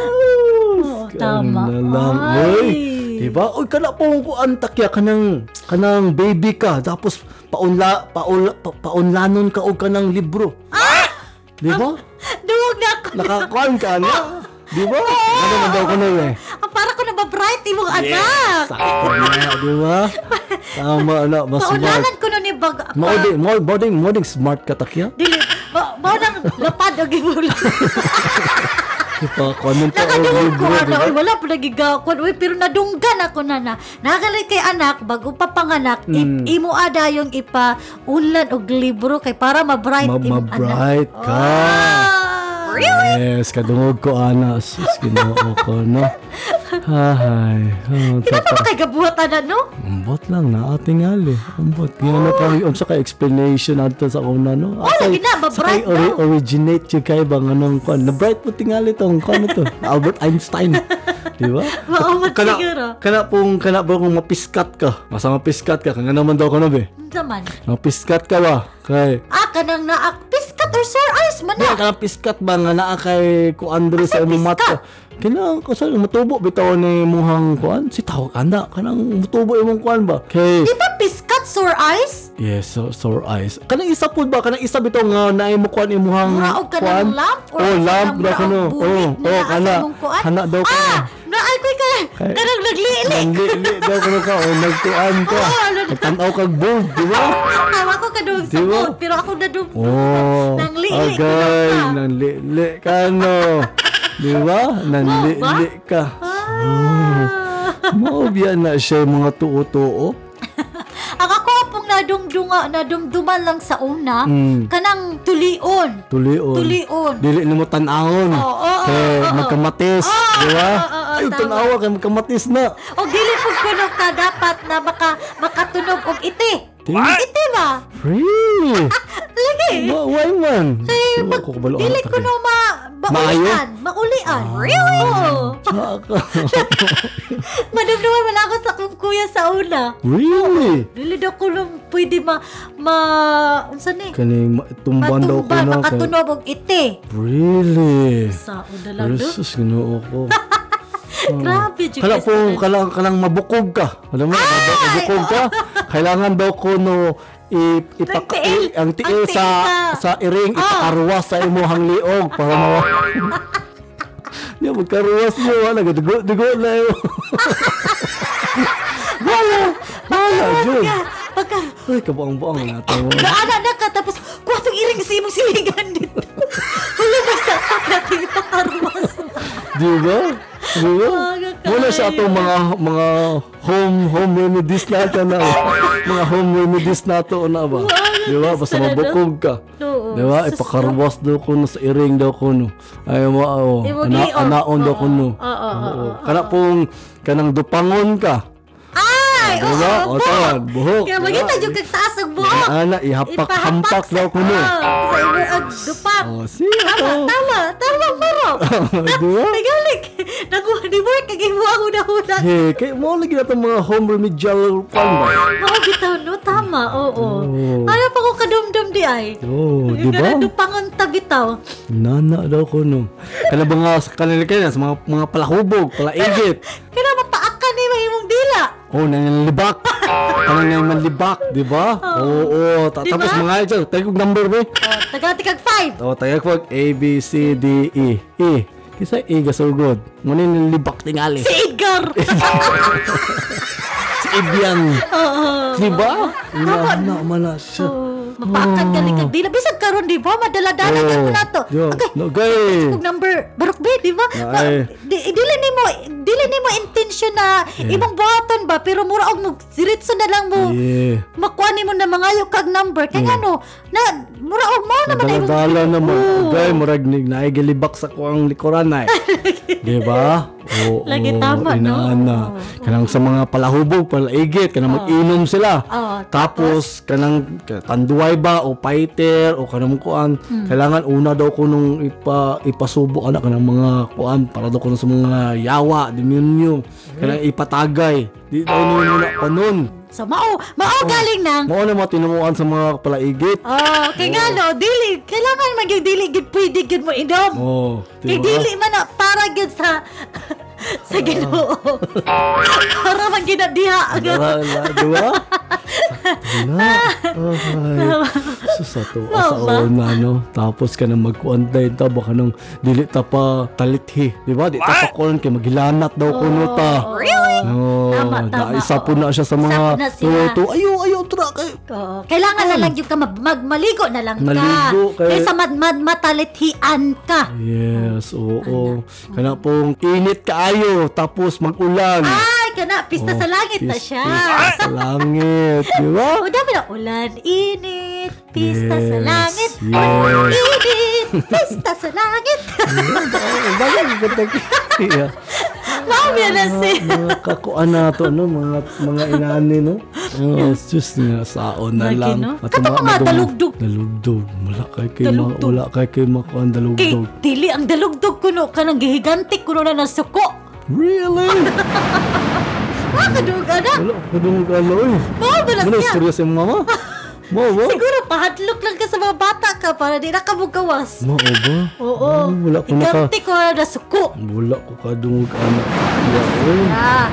[SPEAKER 3] Oo, tama.
[SPEAKER 2] Ano na lang, oy. Di ba? Oy, kana po ko antakya kanang kanang baby ka tapos paunla paunla pa, paunlanon ka og kanang libro. Ah! Di ba?
[SPEAKER 3] Duwag na ako.
[SPEAKER 2] Nakakuan ka na. Di ba? Ano man daw ko na eh.
[SPEAKER 3] Ah, para ko na ba bright imong anak?
[SPEAKER 2] Sakto na, di ba? Tama na, mas smart.
[SPEAKER 3] Paunanan ko na ni bag. pa-
[SPEAKER 2] Mauding, mauding, mauding smart ka takya.
[SPEAKER 3] Dili. Ba, ba nang lapad og imulo.
[SPEAKER 2] Ipa, kanon pa o
[SPEAKER 3] Nakadungog ko
[SPEAKER 2] libro, di
[SPEAKER 3] na.
[SPEAKER 2] ba?
[SPEAKER 3] Uy, wala pa nagigakon. Uy, pero nadunggan ako na na. Nakalay kay anak, bago pa panganak,
[SPEAKER 2] Hmm.
[SPEAKER 3] mm. imo ada yung ipa unlan og libro kay para ma-bright
[SPEAKER 2] Ma-
[SPEAKER 3] imong
[SPEAKER 2] ma-bright
[SPEAKER 3] anak.
[SPEAKER 2] ka.
[SPEAKER 3] Ah.
[SPEAKER 2] Yes, kadungog ko ana sus Ginoo ko no. Hay, oh,
[SPEAKER 3] Kina pa
[SPEAKER 2] tapa.
[SPEAKER 3] ba kay gabuhatan na, no?
[SPEAKER 2] Umbot lang na ating ali. Umbot. Ginoo ka unsa ka um, explanation adto sa una no.
[SPEAKER 3] lagi na,
[SPEAKER 2] sakay
[SPEAKER 3] ma-bright
[SPEAKER 2] ori- originate jud kay bang ano, anong kon. Na bright po tingali tong kon to. Albert Einstein. Di ba?
[SPEAKER 3] Maumot siguro.
[SPEAKER 2] Kana pong kana ba kung mapiskat ka. Masa mapiskat ka kanga naman daw kono be.
[SPEAKER 3] Unsa man?
[SPEAKER 2] Mapiskat ka ba? Kay
[SPEAKER 3] Ah, kanang naak piskat or sore eyes man ah? na.
[SPEAKER 2] Kaya ka piskat ba nga naa kay kuandro sa imong mata. Kailangan ko sa matubo bitaw ni muhang kuan si kan tawag anda kanang matubo imong kuan ba. Kay
[SPEAKER 3] Di ba piskat sore eyes?
[SPEAKER 2] Yes, so, sore eyes. Kanang isa pud ba kanang isa bitaw nga naay mo kuan imong
[SPEAKER 3] Muraog ka ng lamp or
[SPEAKER 2] oh, lamp
[SPEAKER 3] kanang
[SPEAKER 2] daw
[SPEAKER 3] muraog
[SPEAKER 2] kuno.
[SPEAKER 3] bulig
[SPEAKER 2] Oh,
[SPEAKER 3] na
[SPEAKER 2] oh,
[SPEAKER 3] nasa
[SPEAKER 2] kana.
[SPEAKER 3] imong kuan?
[SPEAKER 2] Hana daw ka.
[SPEAKER 3] Ah, naay ko ka.
[SPEAKER 2] Kay-
[SPEAKER 3] Kanang nagliili.
[SPEAKER 2] Nangli daw kuno ka o nagkuan ka.
[SPEAKER 3] Oo, ano na-
[SPEAKER 2] Nagtanaw kag bulb, di ba?
[SPEAKER 3] Tawa ko ka doon sa
[SPEAKER 2] Di ba?
[SPEAKER 3] mood, pero ako na doon.
[SPEAKER 2] Oh,
[SPEAKER 3] Nangliili ka
[SPEAKER 2] agay,
[SPEAKER 3] lang ka.
[SPEAKER 2] nanlili ka no. Di ba? Nanlili ka.
[SPEAKER 3] Ah.
[SPEAKER 2] Maobya na siya yung mga tuo-tuo.
[SPEAKER 3] Ang ako pong nadumdunga, nadumduman lang sa una,
[SPEAKER 2] Mm.
[SPEAKER 3] kanang tulion.
[SPEAKER 2] Tulion.
[SPEAKER 3] Tulion.
[SPEAKER 2] Dili nimo tanahon.
[SPEAKER 3] Oo, oo,
[SPEAKER 2] Kay
[SPEAKER 3] oo, oo.
[SPEAKER 2] magkamatis, di ba?
[SPEAKER 3] oo, oo,
[SPEAKER 2] Ay,
[SPEAKER 3] tama.
[SPEAKER 2] tanawa kay magkamatis na.
[SPEAKER 3] O dili po kuno ka dapat na maka, makatunog og iti.
[SPEAKER 2] What?
[SPEAKER 3] Iti ba?
[SPEAKER 2] Really?
[SPEAKER 3] Lagi.
[SPEAKER 2] Wa- Why man?
[SPEAKER 3] Eh,
[SPEAKER 2] Wala ko kabalo
[SPEAKER 3] Dili
[SPEAKER 2] anak,
[SPEAKER 3] ko no
[SPEAKER 2] eh.
[SPEAKER 3] ma maulian. Maulian. Really?
[SPEAKER 2] Ah. Tsaka.
[SPEAKER 3] Madumduman man ako sa kong kuya sa una.
[SPEAKER 2] Really?
[SPEAKER 3] Dili daw ko lang pwede ma... ma... Unsa ni?
[SPEAKER 2] Kani ma- tumban daw ko na.
[SPEAKER 3] Matumban,
[SPEAKER 2] kay-
[SPEAKER 3] makatunog og iti.
[SPEAKER 2] Really?
[SPEAKER 3] Sa una lang do.
[SPEAKER 2] Jesus, ginoo ko.
[SPEAKER 3] Grabe, Jukis.
[SPEAKER 2] Kala po, kala, kalang mabukog ka. Alam mo, mabukog mabukog ka. Kailangan daw ko no i- ipaka
[SPEAKER 3] Ang tiil.
[SPEAKER 2] i- ang tiil
[SPEAKER 3] Ang tiil
[SPEAKER 2] sa sa
[SPEAKER 3] sa-
[SPEAKER 2] iring
[SPEAKER 3] Ah.
[SPEAKER 2] ipakarwas sa imuhang liog para mawa. Niya magkaruwas niyo wala dugo dugo na iyo. wala wala jud.
[SPEAKER 3] Ah, Pagka...
[SPEAKER 2] Ah, Ay kabuang-buang na to.
[SPEAKER 3] Naana na ka, tapos kwatong iring sa imong siligan dito. Wala ba sa natin ipakarwas?
[SPEAKER 2] Di ba? Di ba?
[SPEAKER 3] Nakakaawa.
[SPEAKER 2] Wala sa atong mga mga home home remedies lah natin na mga home remedies nato na ba?
[SPEAKER 3] Wala,
[SPEAKER 2] Di ba? Basta
[SPEAKER 3] gusto na, no?
[SPEAKER 2] mabukog ka.
[SPEAKER 3] Oo.
[SPEAKER 2] Di ba?
[SPEAKER 3] Sus,
[SPEAKER 2] Ipakarwas daw ko no sa iring daw ko no. Ay mo oh,
[SPEAKER 3] Iwag
[SPEAKER 2] ana,
[SPEAKER 3] liog.
[SPEAKER 2] anaon daw ko no.
[SPEAKER 3] Oo, oo,
[SPEAKER 2] Oh,
[SPEAKER 3] oo,
[SPEAKER 2] Kana pong kanang dupangon ka.
[SPEAKER 3] Ay!
[SPEAKER 2] Di ba?
[SPEAKER 3] oo,
[SPEAKER 2] O, tama, buhok.
[SPEAKER 3] Kaya
[SPEAKER 2] Di ba?
[SPEAKER 3] magita yung kagtaas ang buhok.
[SPEAKER 2] Ana
[SPEAKER 3] Eh,
[SPEAKER 2] ihapak hampak
[SPEAKER 3] sa-
[SPEAKER 2] daw ko no.
[SPEAKER 3] Oo, Sa imo ang dupak.
[SPEAKER 2] Oh, siya
[SPEAKER 3] Tama,
[SPEAKER 2] to.
[SPEAKER 3] tama, tama, Maro.
[SPEAKER 2] Di ba?
[SPEAKER 3] Nagalik. Nakuha ni Mark, kag imo ang una-una.
[SPEAKER 2] Hey, kay mo lagi na itong mga home remedial pan ba?
[SPEAKER 3] Mga bitaw, no? Tama, oo.
[SPEAKER 2] Oo.
[SPEAKER 3] Ano pa ko kadumdum di ay?
[SPEAKER 2] Oh, di ba?
[SPEAKER 3] Yung dupangon ta bitaw.
[SPEAKER 2] Nana daw ko no. Kala ba nga sa kanila kanila sa mga, mga palahubog, palaigit.
[SPEAKER 3] Kaya mapaakan ni mahimong dila.
[SPEAKER 2] Oh, nananlibak. Kala na yung manlibak, di ba? Oo, oh,
[SPEAKER 3] Di ba?
[SPEAKER 2] tapos mga ito, tayo kong number ba?
[SPEAKER 3] O, tagati kag Oh, five.
[SPEAKER 2] O, tayo kong A, B, C, D, E. E. Kisa E ka so good. Muna yung nanlibak tingali.
[SPEAKER 3] Si Edgar.
[SPEAKER 2] Si Ibiang.
[SPEAKER 3] Oo.
[SPEAKER 2] Di ba? Ina, na, mana siya.
[SPEAKER 3] Oo. Oh, Mapaakan ka ni kag dila. Bisag karon di ba? Madala-dala ka ko na ano, to.
[SPEAKER 2] Oh. Yo,
[SPEAKER 3] Okay.
[SPEAKER 2] No, gay.
[SPEAKER 3] Kung number barok ba, di ba? Ma-
[SPEAKER 2] Ay.
[SPEAKER 3] Di, dili nimo dili nimo intention na imong buhaton ba pero mura og mo diretso na lang mo
[SPEAKER 2] Yeah.
[SPEAKER 3] makuha nimo na mangayo kag number kay
[SPEAKER 2] Mm.
[SPEAKER 3] ano na mura og mo naman na imong
[SPEAKER 2] Dala-dala naman.
[SPEAKER 3] Oo.
[SPEAKER 2] Agay, murag ni naigilibak sa kuang likuran ay. Di ba? Oo.
[SPEAKER 3] Lagi tama, no?
[SPEAKER 2] inaana. Kanang sa mga palahubog, palaigit, kanang mag-inom sila.
[SPEAKER 3] Oo,
[SPEAKER 2] Tapos, kanang ka- tanduay ba, o paiter, o ka namang kuan.
[SPEAKER 3] Hmm.
[SPEAKER 2] Kailangan una daw ko nung ipa, ipasubo anak ka ng mga kuan para daw ko sa mga yawa, demonyo.
[SPEAKER 3] Hmm.
[SPEAKER 2] Kailangan ipatagay. Di daw nung muna pa nun.
[SPEAKER 3] So, mao, mao
[SPEAKER 2] Mm.
[SPEAKER 3] galing nang.
[SPEAKER 2] Mao na mga tinuruan sa mga palaigit.
[SPEAKER 3] Oh, kay nga no, dili, kailangan man yung dili, gid pwede gid mo inom.
[SPEAKER 2] Oo. diba?
[SPEAKER 3] Kay dili man na para gid sa sa Ginoo. para man gid na diha.
[SPEAKER 2] Diba? Diba? Sakto na. Ay. Susato. Asawa na, no? ano? Tapos ka na mag-kuantay ta. Baka nang dili ta pa talithi. Diba? Di ta pa kuan kay maghilanat daw kuno ta.
[SPEAKER 3] Really?
[SPEAKER 2] Oo.
[SPEAKER 3] Oh. Tama, tama,
[SPEAKER 2] Naisa po
[SPEAKER 3] oo.
[SPEAKER 2] na siya sa
[SPEAKER 3] Isa po
[SPEAKER 2] mga
[SPEAKER 3] na sila.
[SPEAKER 2] tuto. Ayaw, ayaw, tra. Kay,
[SPEAKER 3] Oo. Kailangan na lang yun ka mag- magmaligo na lang
[SPEAKER 2] Mm. Maligo
[SPEAKER 3] ka.
[SPEAKER 2] kay-
[SPEAKER 3] Kaysa mad- mad- matalithian ka.
[SPEAKER 2] Yes, oo. Kana pong init kaayo tapos mag-ulan.
[SPEAKER 3] Ay, kana, pista
[SPEAKER 2] Oh,
[SPEAKER 3] sa Ah, langit na
[SPEAKER 2] Pis-
[SPEAKER 3] siya.
[SPEAKER 2] pis- Sa langit, di ba?
[SPEAKER 3] O dami na ulan, init, pista sa
[SPEAKER 2] Yes,
[SPEAKER 3] langit.
[SPEAKER 2] yes.
[SPEAKER 3] Init, pista sa langit.
[SPEAKER 2] Bagay, ganda kaya.
[SPEAKER 3] Mami na si.
[SPEAKER 2] mga kakuan na to, no? mga, mga inani, no? Oh, Diyos niya, saon na
[SPEAKER 3] Lagi,
[SPEAKER 2] lang.
[SPEAKER 3] no?
[SPEAKER 2] At
[SPEAKER 3] Katong mga
[SPEAKER 2] madum-
[SPEAKER 3] dalugdog.
[SPEAKER 2] Dalugdog. Wala kay kay mga,
[SPEAKER 3] Dalugdog.
[SPEAKER 2] wala kay kay mga kuan
[SPEAKER 3] Kay,
[SPEAKER 2] dalugdog.
[SPEAKER 3] dili ang dalugdog kuno kanang gihigantik kuno na nasuko.
[SPEAKER 2] Really?
[SPEAKER 3] Mga kadug anak,
[SPEAKER 2] Wala, kadung galoy.
[SPEAKER 3] mao ba na
[SPEAKER 2] Ano,
[SPEAKER 3] siya?
[SPEAKER 2] istorya sa iyong mama? Mo, mo?
[SPEAKER 3] Siguro pahadlok lang ka sa mga bata ka para di na ka mugawas.
[SPEAKER 2] Mo, ba?
[SPEAKER 3] Oo.
[SPEAKER 2] Ano, Wala ko naka...
[SPEAKER 3] Higantik ko na nasuko.
[SPEAKER 2] Wala ko kadungog anak. Wala, oy.
[SPEAKER 3] Ah,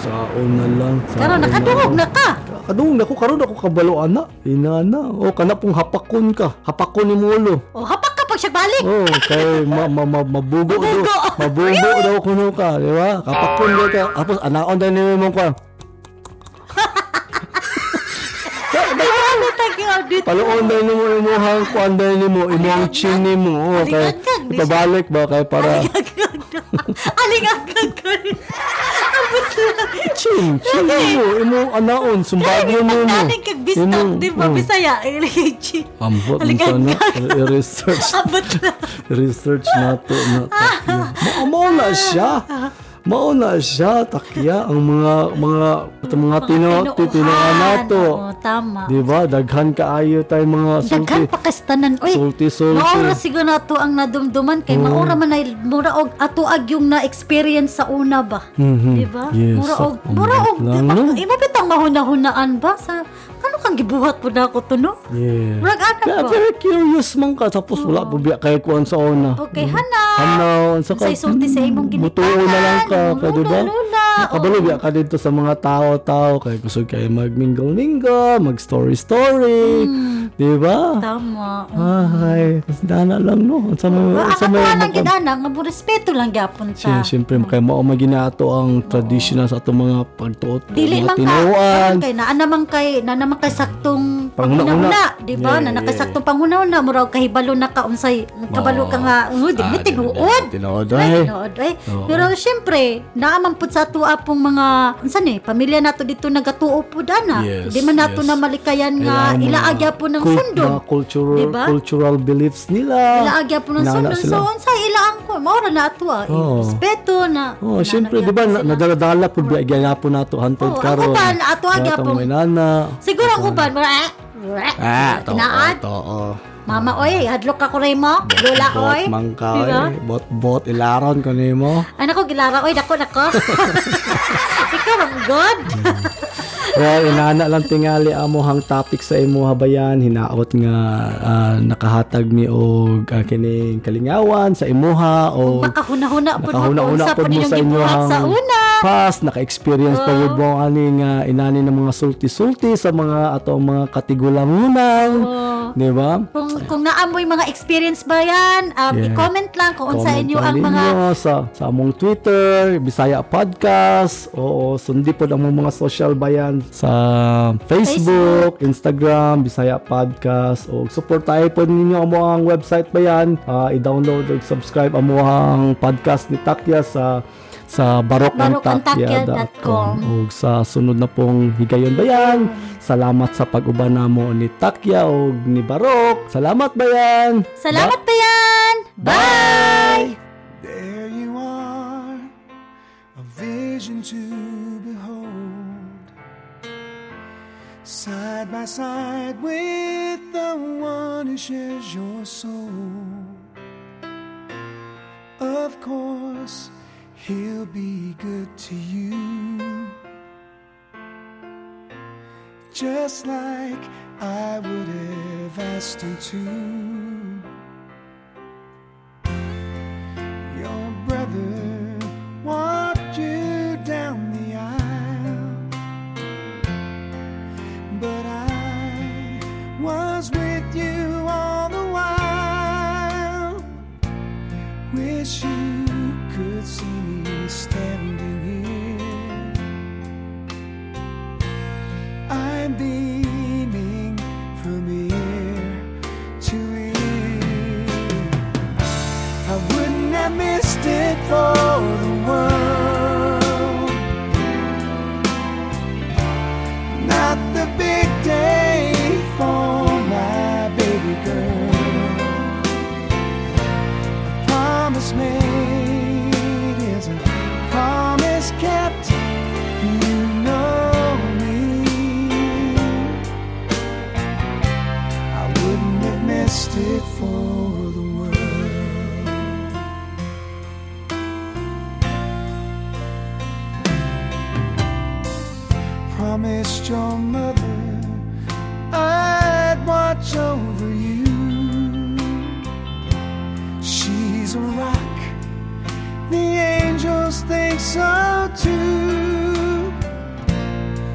[SPEAKER 2] Saon na lang. saon
[SPEAKER 3] karon nakadungog
[SPEAKER 2] lang.
[SPEAKER 3] na ka.
[SPEAKER 2] Kadungog na ko, karon ako kabalo anak. Inana. O, Oh, kana pong hapakon ka. Hapakon ni Molo.
[SPEAKER 3] O hapak ka pag siya balik.
[SPEAKER 2] Oh, kay ma, ma, ma, mabugo daw.
[SPEAKER 3] Mabugo.
[SPEAKER 2] Mabugo daw kuno ka, di ba? Kapakon daw ka. Tapos anaon daw ni mo ka.
[SPEAKER 3] Ano tagi audit?
[SPEAKER 2] Paluon daw ni mo imuhang kuan daw ni mo, imuhang chin ni mo. Oh, kay
[SPEAKER 3] Aligagag, di siya.
[SPEAKER 2] ipabalik ba kay para
[SPEAKER 3] Aling agad ka rin.
[SPEAKER 2] chin, chin ni mo, imong anaon sumbagyo mo mo.
[SPEAKER 3] Pagdaling kag bistak,
[SPEAKER 2] Imong-
[SPEAKER 3] di ba?
[SPEAKER 2] oh.
[SPEAKER 3] Bisaya, Iliji.
[SPEAKER 2] Ambot mo
[SPEAKER 3] Aligagag.
[SPEAKER 2] sana. I-research.
[SPEAKER 3] Abot na.
[SPEAKER 2] research nato na takya. Ma- mauna siya. Mauna siya takya ang mga mga at mga tino titinaan nato.
[SPEAKER 3] Oo, tama.
[SPEAKER 2] Di ba? Diba? Daghan kaayo tayo mga sulti.
[SPEAKER 3] Daghan pa kastanan. Uy,
[SPEAKER 2] Sulti-sulti.
[SPEAKER 3] Maura siguro na to ang nadumduman
[SPEAKER 2] Mm.
[SPEAKER 3] kay maura man ay mura og atuag yung na-experience sa una ba.
[SPEAKER 2] Mhm.
[SPEAKER 3] Di ba?
[SPEAKER 2] Yes,
[SPEAKER 3] Diba? mura og
[SPEAKER 2] sakto
[SPEAKER 3] mura og
[SPEAKER 2] lang,
[SPEAKER 3] di ba?
[SPEAKER 2] no?
[SPEAKER 3] Imo bitang mahuna-hunaan ba sa ano kang gibuhat po na ako to no?
[SPEAKER 2] Yeah.
[SPEAKER 3] Murag anak
[SPEAKER 2] Kaya
[SPEAKER 3] ba?
[SPEAKER 2] very curious man ka tapos wala po biya kay kuan sa una.
[SPEAKER 3] Okay, hana.
[SPEAKER 2] Ano, sa
[SPEAKER 3] Sa isulti sa imong
[SPEAKER 2] Butuo na lang ka,
[SPEAKER 3] ginikanan,
[SPEAKER 2] ka di ba?
[SPEAKER 3] lula-lula,
[SPEAKER 2] Nakabalo
[SPEAKER 3] oo.
[SPEAKER 2] biya ka dito sa mga tao-tao kay gusto kay magmingle-mingle, mag-story-story.
[SPEAKER 3] Hmm.
[SPEAKER 2] Di ba?
[SPEAKER 3] Tama.
[SPEAKER 2] Ay, dana lang no. Sa may
[SPEAKER 3] Wa
[SPEAKER 2] sa
[SPEAKER 3] ang
[SPEAKER 2] may
[SPEAKER 3] mga lang gidana nga mo respeto lang gyapon ta.
[SPEAKER 2] Siya, siyempre, kaya mao maginato ang traditional sa atong mga pagtuot,
[SPEAKER 3] Dili
[SPEAKER 2] mga
[SPEAKER 3] man ka.
[SPEAKER 2] tinuan.
[SPEAKER 3] Kay na anamang kay na naman kay saktong diba?
[SPEAKER 2] Panghuna-huna.
[SPEAKER 3] panghuna, di ba?
[SPEAKER 2] Yeah,
[SPEAKER 3] na
[SPEAKER 2] yeah,
[SPEAKER 3] nakasaktong panghuna na murag kahibalo na ka unsay kabalo ka nga
[SPEAKER 2] Ah,
[SPEAKER 3] ungod ah,
[SPEAKER 2] di-
[SPEAKER 3] tinuod.
[SPEAKER 2] tinuod,
[SPEAKER 3] Ay,
[SPEAKER 2] ay.
[SPEAKER 3] tinuod, ay.
[SPEAKER 2] Oo.
[SPEAKER 3] Pero syempre, naaman pud sa ato apong mga unsa ni pamilya nato dito nagatuo pud ana.
[SPEAKER 2] Yes,
[SPEAKER 3] di man nato
[SPEAKER 2] yes.
[SPEAKER 3] na malikayan
[SPEAKER 2] Kaya
[SPEAKER 3] nga
[SPEAKER 2] ang mga
[SPEAKER 3] ilaagya po ng
[SPEAKER 2] cult-
[SPEAKER 3] sundo.
[SPEAKER 2] mga cultural,
[SPEAKER 3] Di ba?
[SPEAKER 2] cultural beliefs nila.
[SPEAKER 3] Ilaagya po ng
[SPEAKER 2] Inaana
[SPEAKER 3] sundo.
[SPEAKER 2] sila.
[SPEAKER 3] So unsa ilaang ko? Mao ra na ato ah.
[SPEAKER 2] Oo.
[SPEAKER 3] Respeto na.
[SPEAKER 2] Oh,
[SPEAKER 3] na-
[SPEAKER 2] siyempre,
[SPEAKER 3] nagyapon
[SPEAKER 2] di ba, na,
[SPEAKER 3] sila. Oh,
[SPEAKER 2] nadaladala po biya, gaya po nato, hantod
[SPEAKER 3] Oo, ang
[SPEAKER 2] karon.
[SPEAKER 3] uban, ato ang
[SPEAKER 2] Kaya
[SPEAKER 3] gyapon.
[SPEAKER 2] tamo inana.
[SPEAKER 3] Siguro ang uban, mura,
[SPEAKER 2] Ah, to,
[SPEAKER 3] Tinaad.
[SPEAKER 2] to, oh.
[SPEAKER 3] Mama, oy, hadlok ako rin mo. Lola, oy.
[SPEAKER 2] Bot man ka,
[SPEAKER 3] Diba?
[SPEAKER 2] eh. bot, bot, ilaron ko nimo.
[SPEAKER 3] Ay, naku, gilara, oy, dako, nako. Ikaw, ang god.
[SPEAKER 2] Well, inana lang tingali amo hang topic sa imo habayan hinaot nga ah, nakahatag mi og ah, kining kalingawan sa imuha o
[SPEAKER 3] Baka huna-huna po
[SPEAKER 2] nakahuna-una pod
[SPEAKER 3] po
[SPEAKER 2] mo sa imuhang
[SPEAKER 3] Sa una.
[SPEAKER 2] past naka-experience pa
[SPEAKER 3] Oh.
[SPEAKER 2] gyud mo ang aning ah, inani ng mga sulti-sulti sa mga atong mga katigulangunan,
[SPEAKER 3] Oo.
[SPEAKER 2] di ba?
[SPEAKER 3] Kung, kung naamoy mga experience ba yan, um,
[SPEAKER 2] Yeah.
[SPEAKER 3] i-comment lang kung unsa
[SPEAKER 2] Comment
[SPEAKER 3] inyo
[SPEAKER 2] lang
[SPEAKER 3] ang mga...
[SPEAKER 2] ninyo sa, sa among Twitter, Bisaya Podcast, oo, sundi po ang among mga social bayan sa Facebook, Instagram, Bisaya Podcast, o support tayo po ninyo ang among website bayan, Ah, i-download o subscribe ang among podcast ni Takya sa sa barokantakya.com o
[SPEAKER 3] barokantakya.com.
[SPEAKER 2] sa sunod na pong higayon bayan salamat sa pag-uban namo ni Takya o ni Barok salamat bayan
[SPEAKER 3] Salamat pa yan! Bye!
[SPEAKER 4] There you are, a vision to behold. Silent side by side with the one who shares your soul. Of course, he'll be good to you. Just like I would have asked him to. Your brother walked you down the aisle, but I was with you all the while. Wish you could see me standing here. I'm beaming from ear to ear. I wouldn't have missed it for the world. Not the big day for my baby girl. A promise made is a promise kept. You know me. I wouldn't have missed it for the world. Promised your mother I'd watch over you. She's a rock, the angels think so too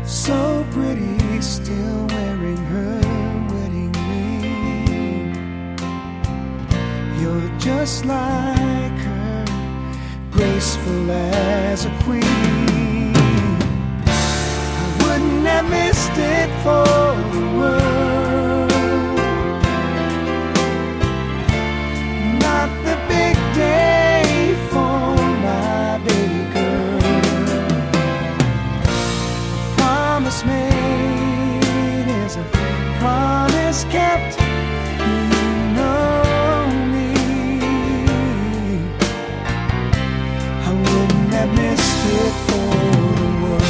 [SPEAKER 4] so pretty, still wearing her wedding ring. You're just like her, graceful as a queen. I wouldn't have missed it for the world. Not the big day for my baby girl promise made is a promise kept. You know me. I wouldn't have missed it for the world.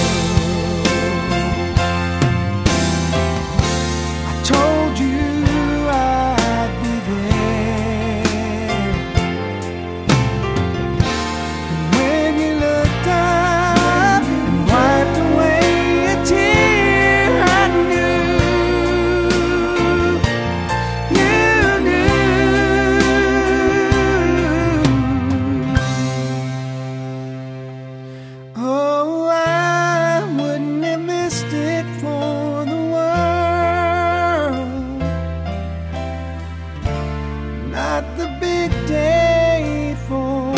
[SPEAKER 4] I told you I'd be there. When you looked up and wiped away a tear, I knew you knew. Oh, I wouldn't have missed it for the world not the big day for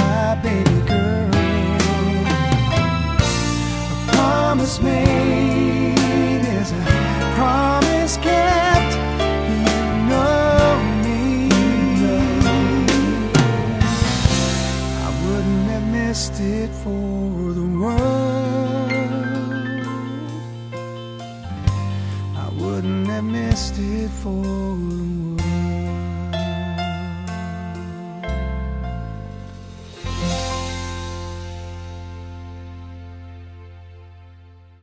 [SPEAKER 4] my baby girl. A promise made is a promise kept. You know me. I wouldn't have missed it for the world. I wouldn't have missed it for the world.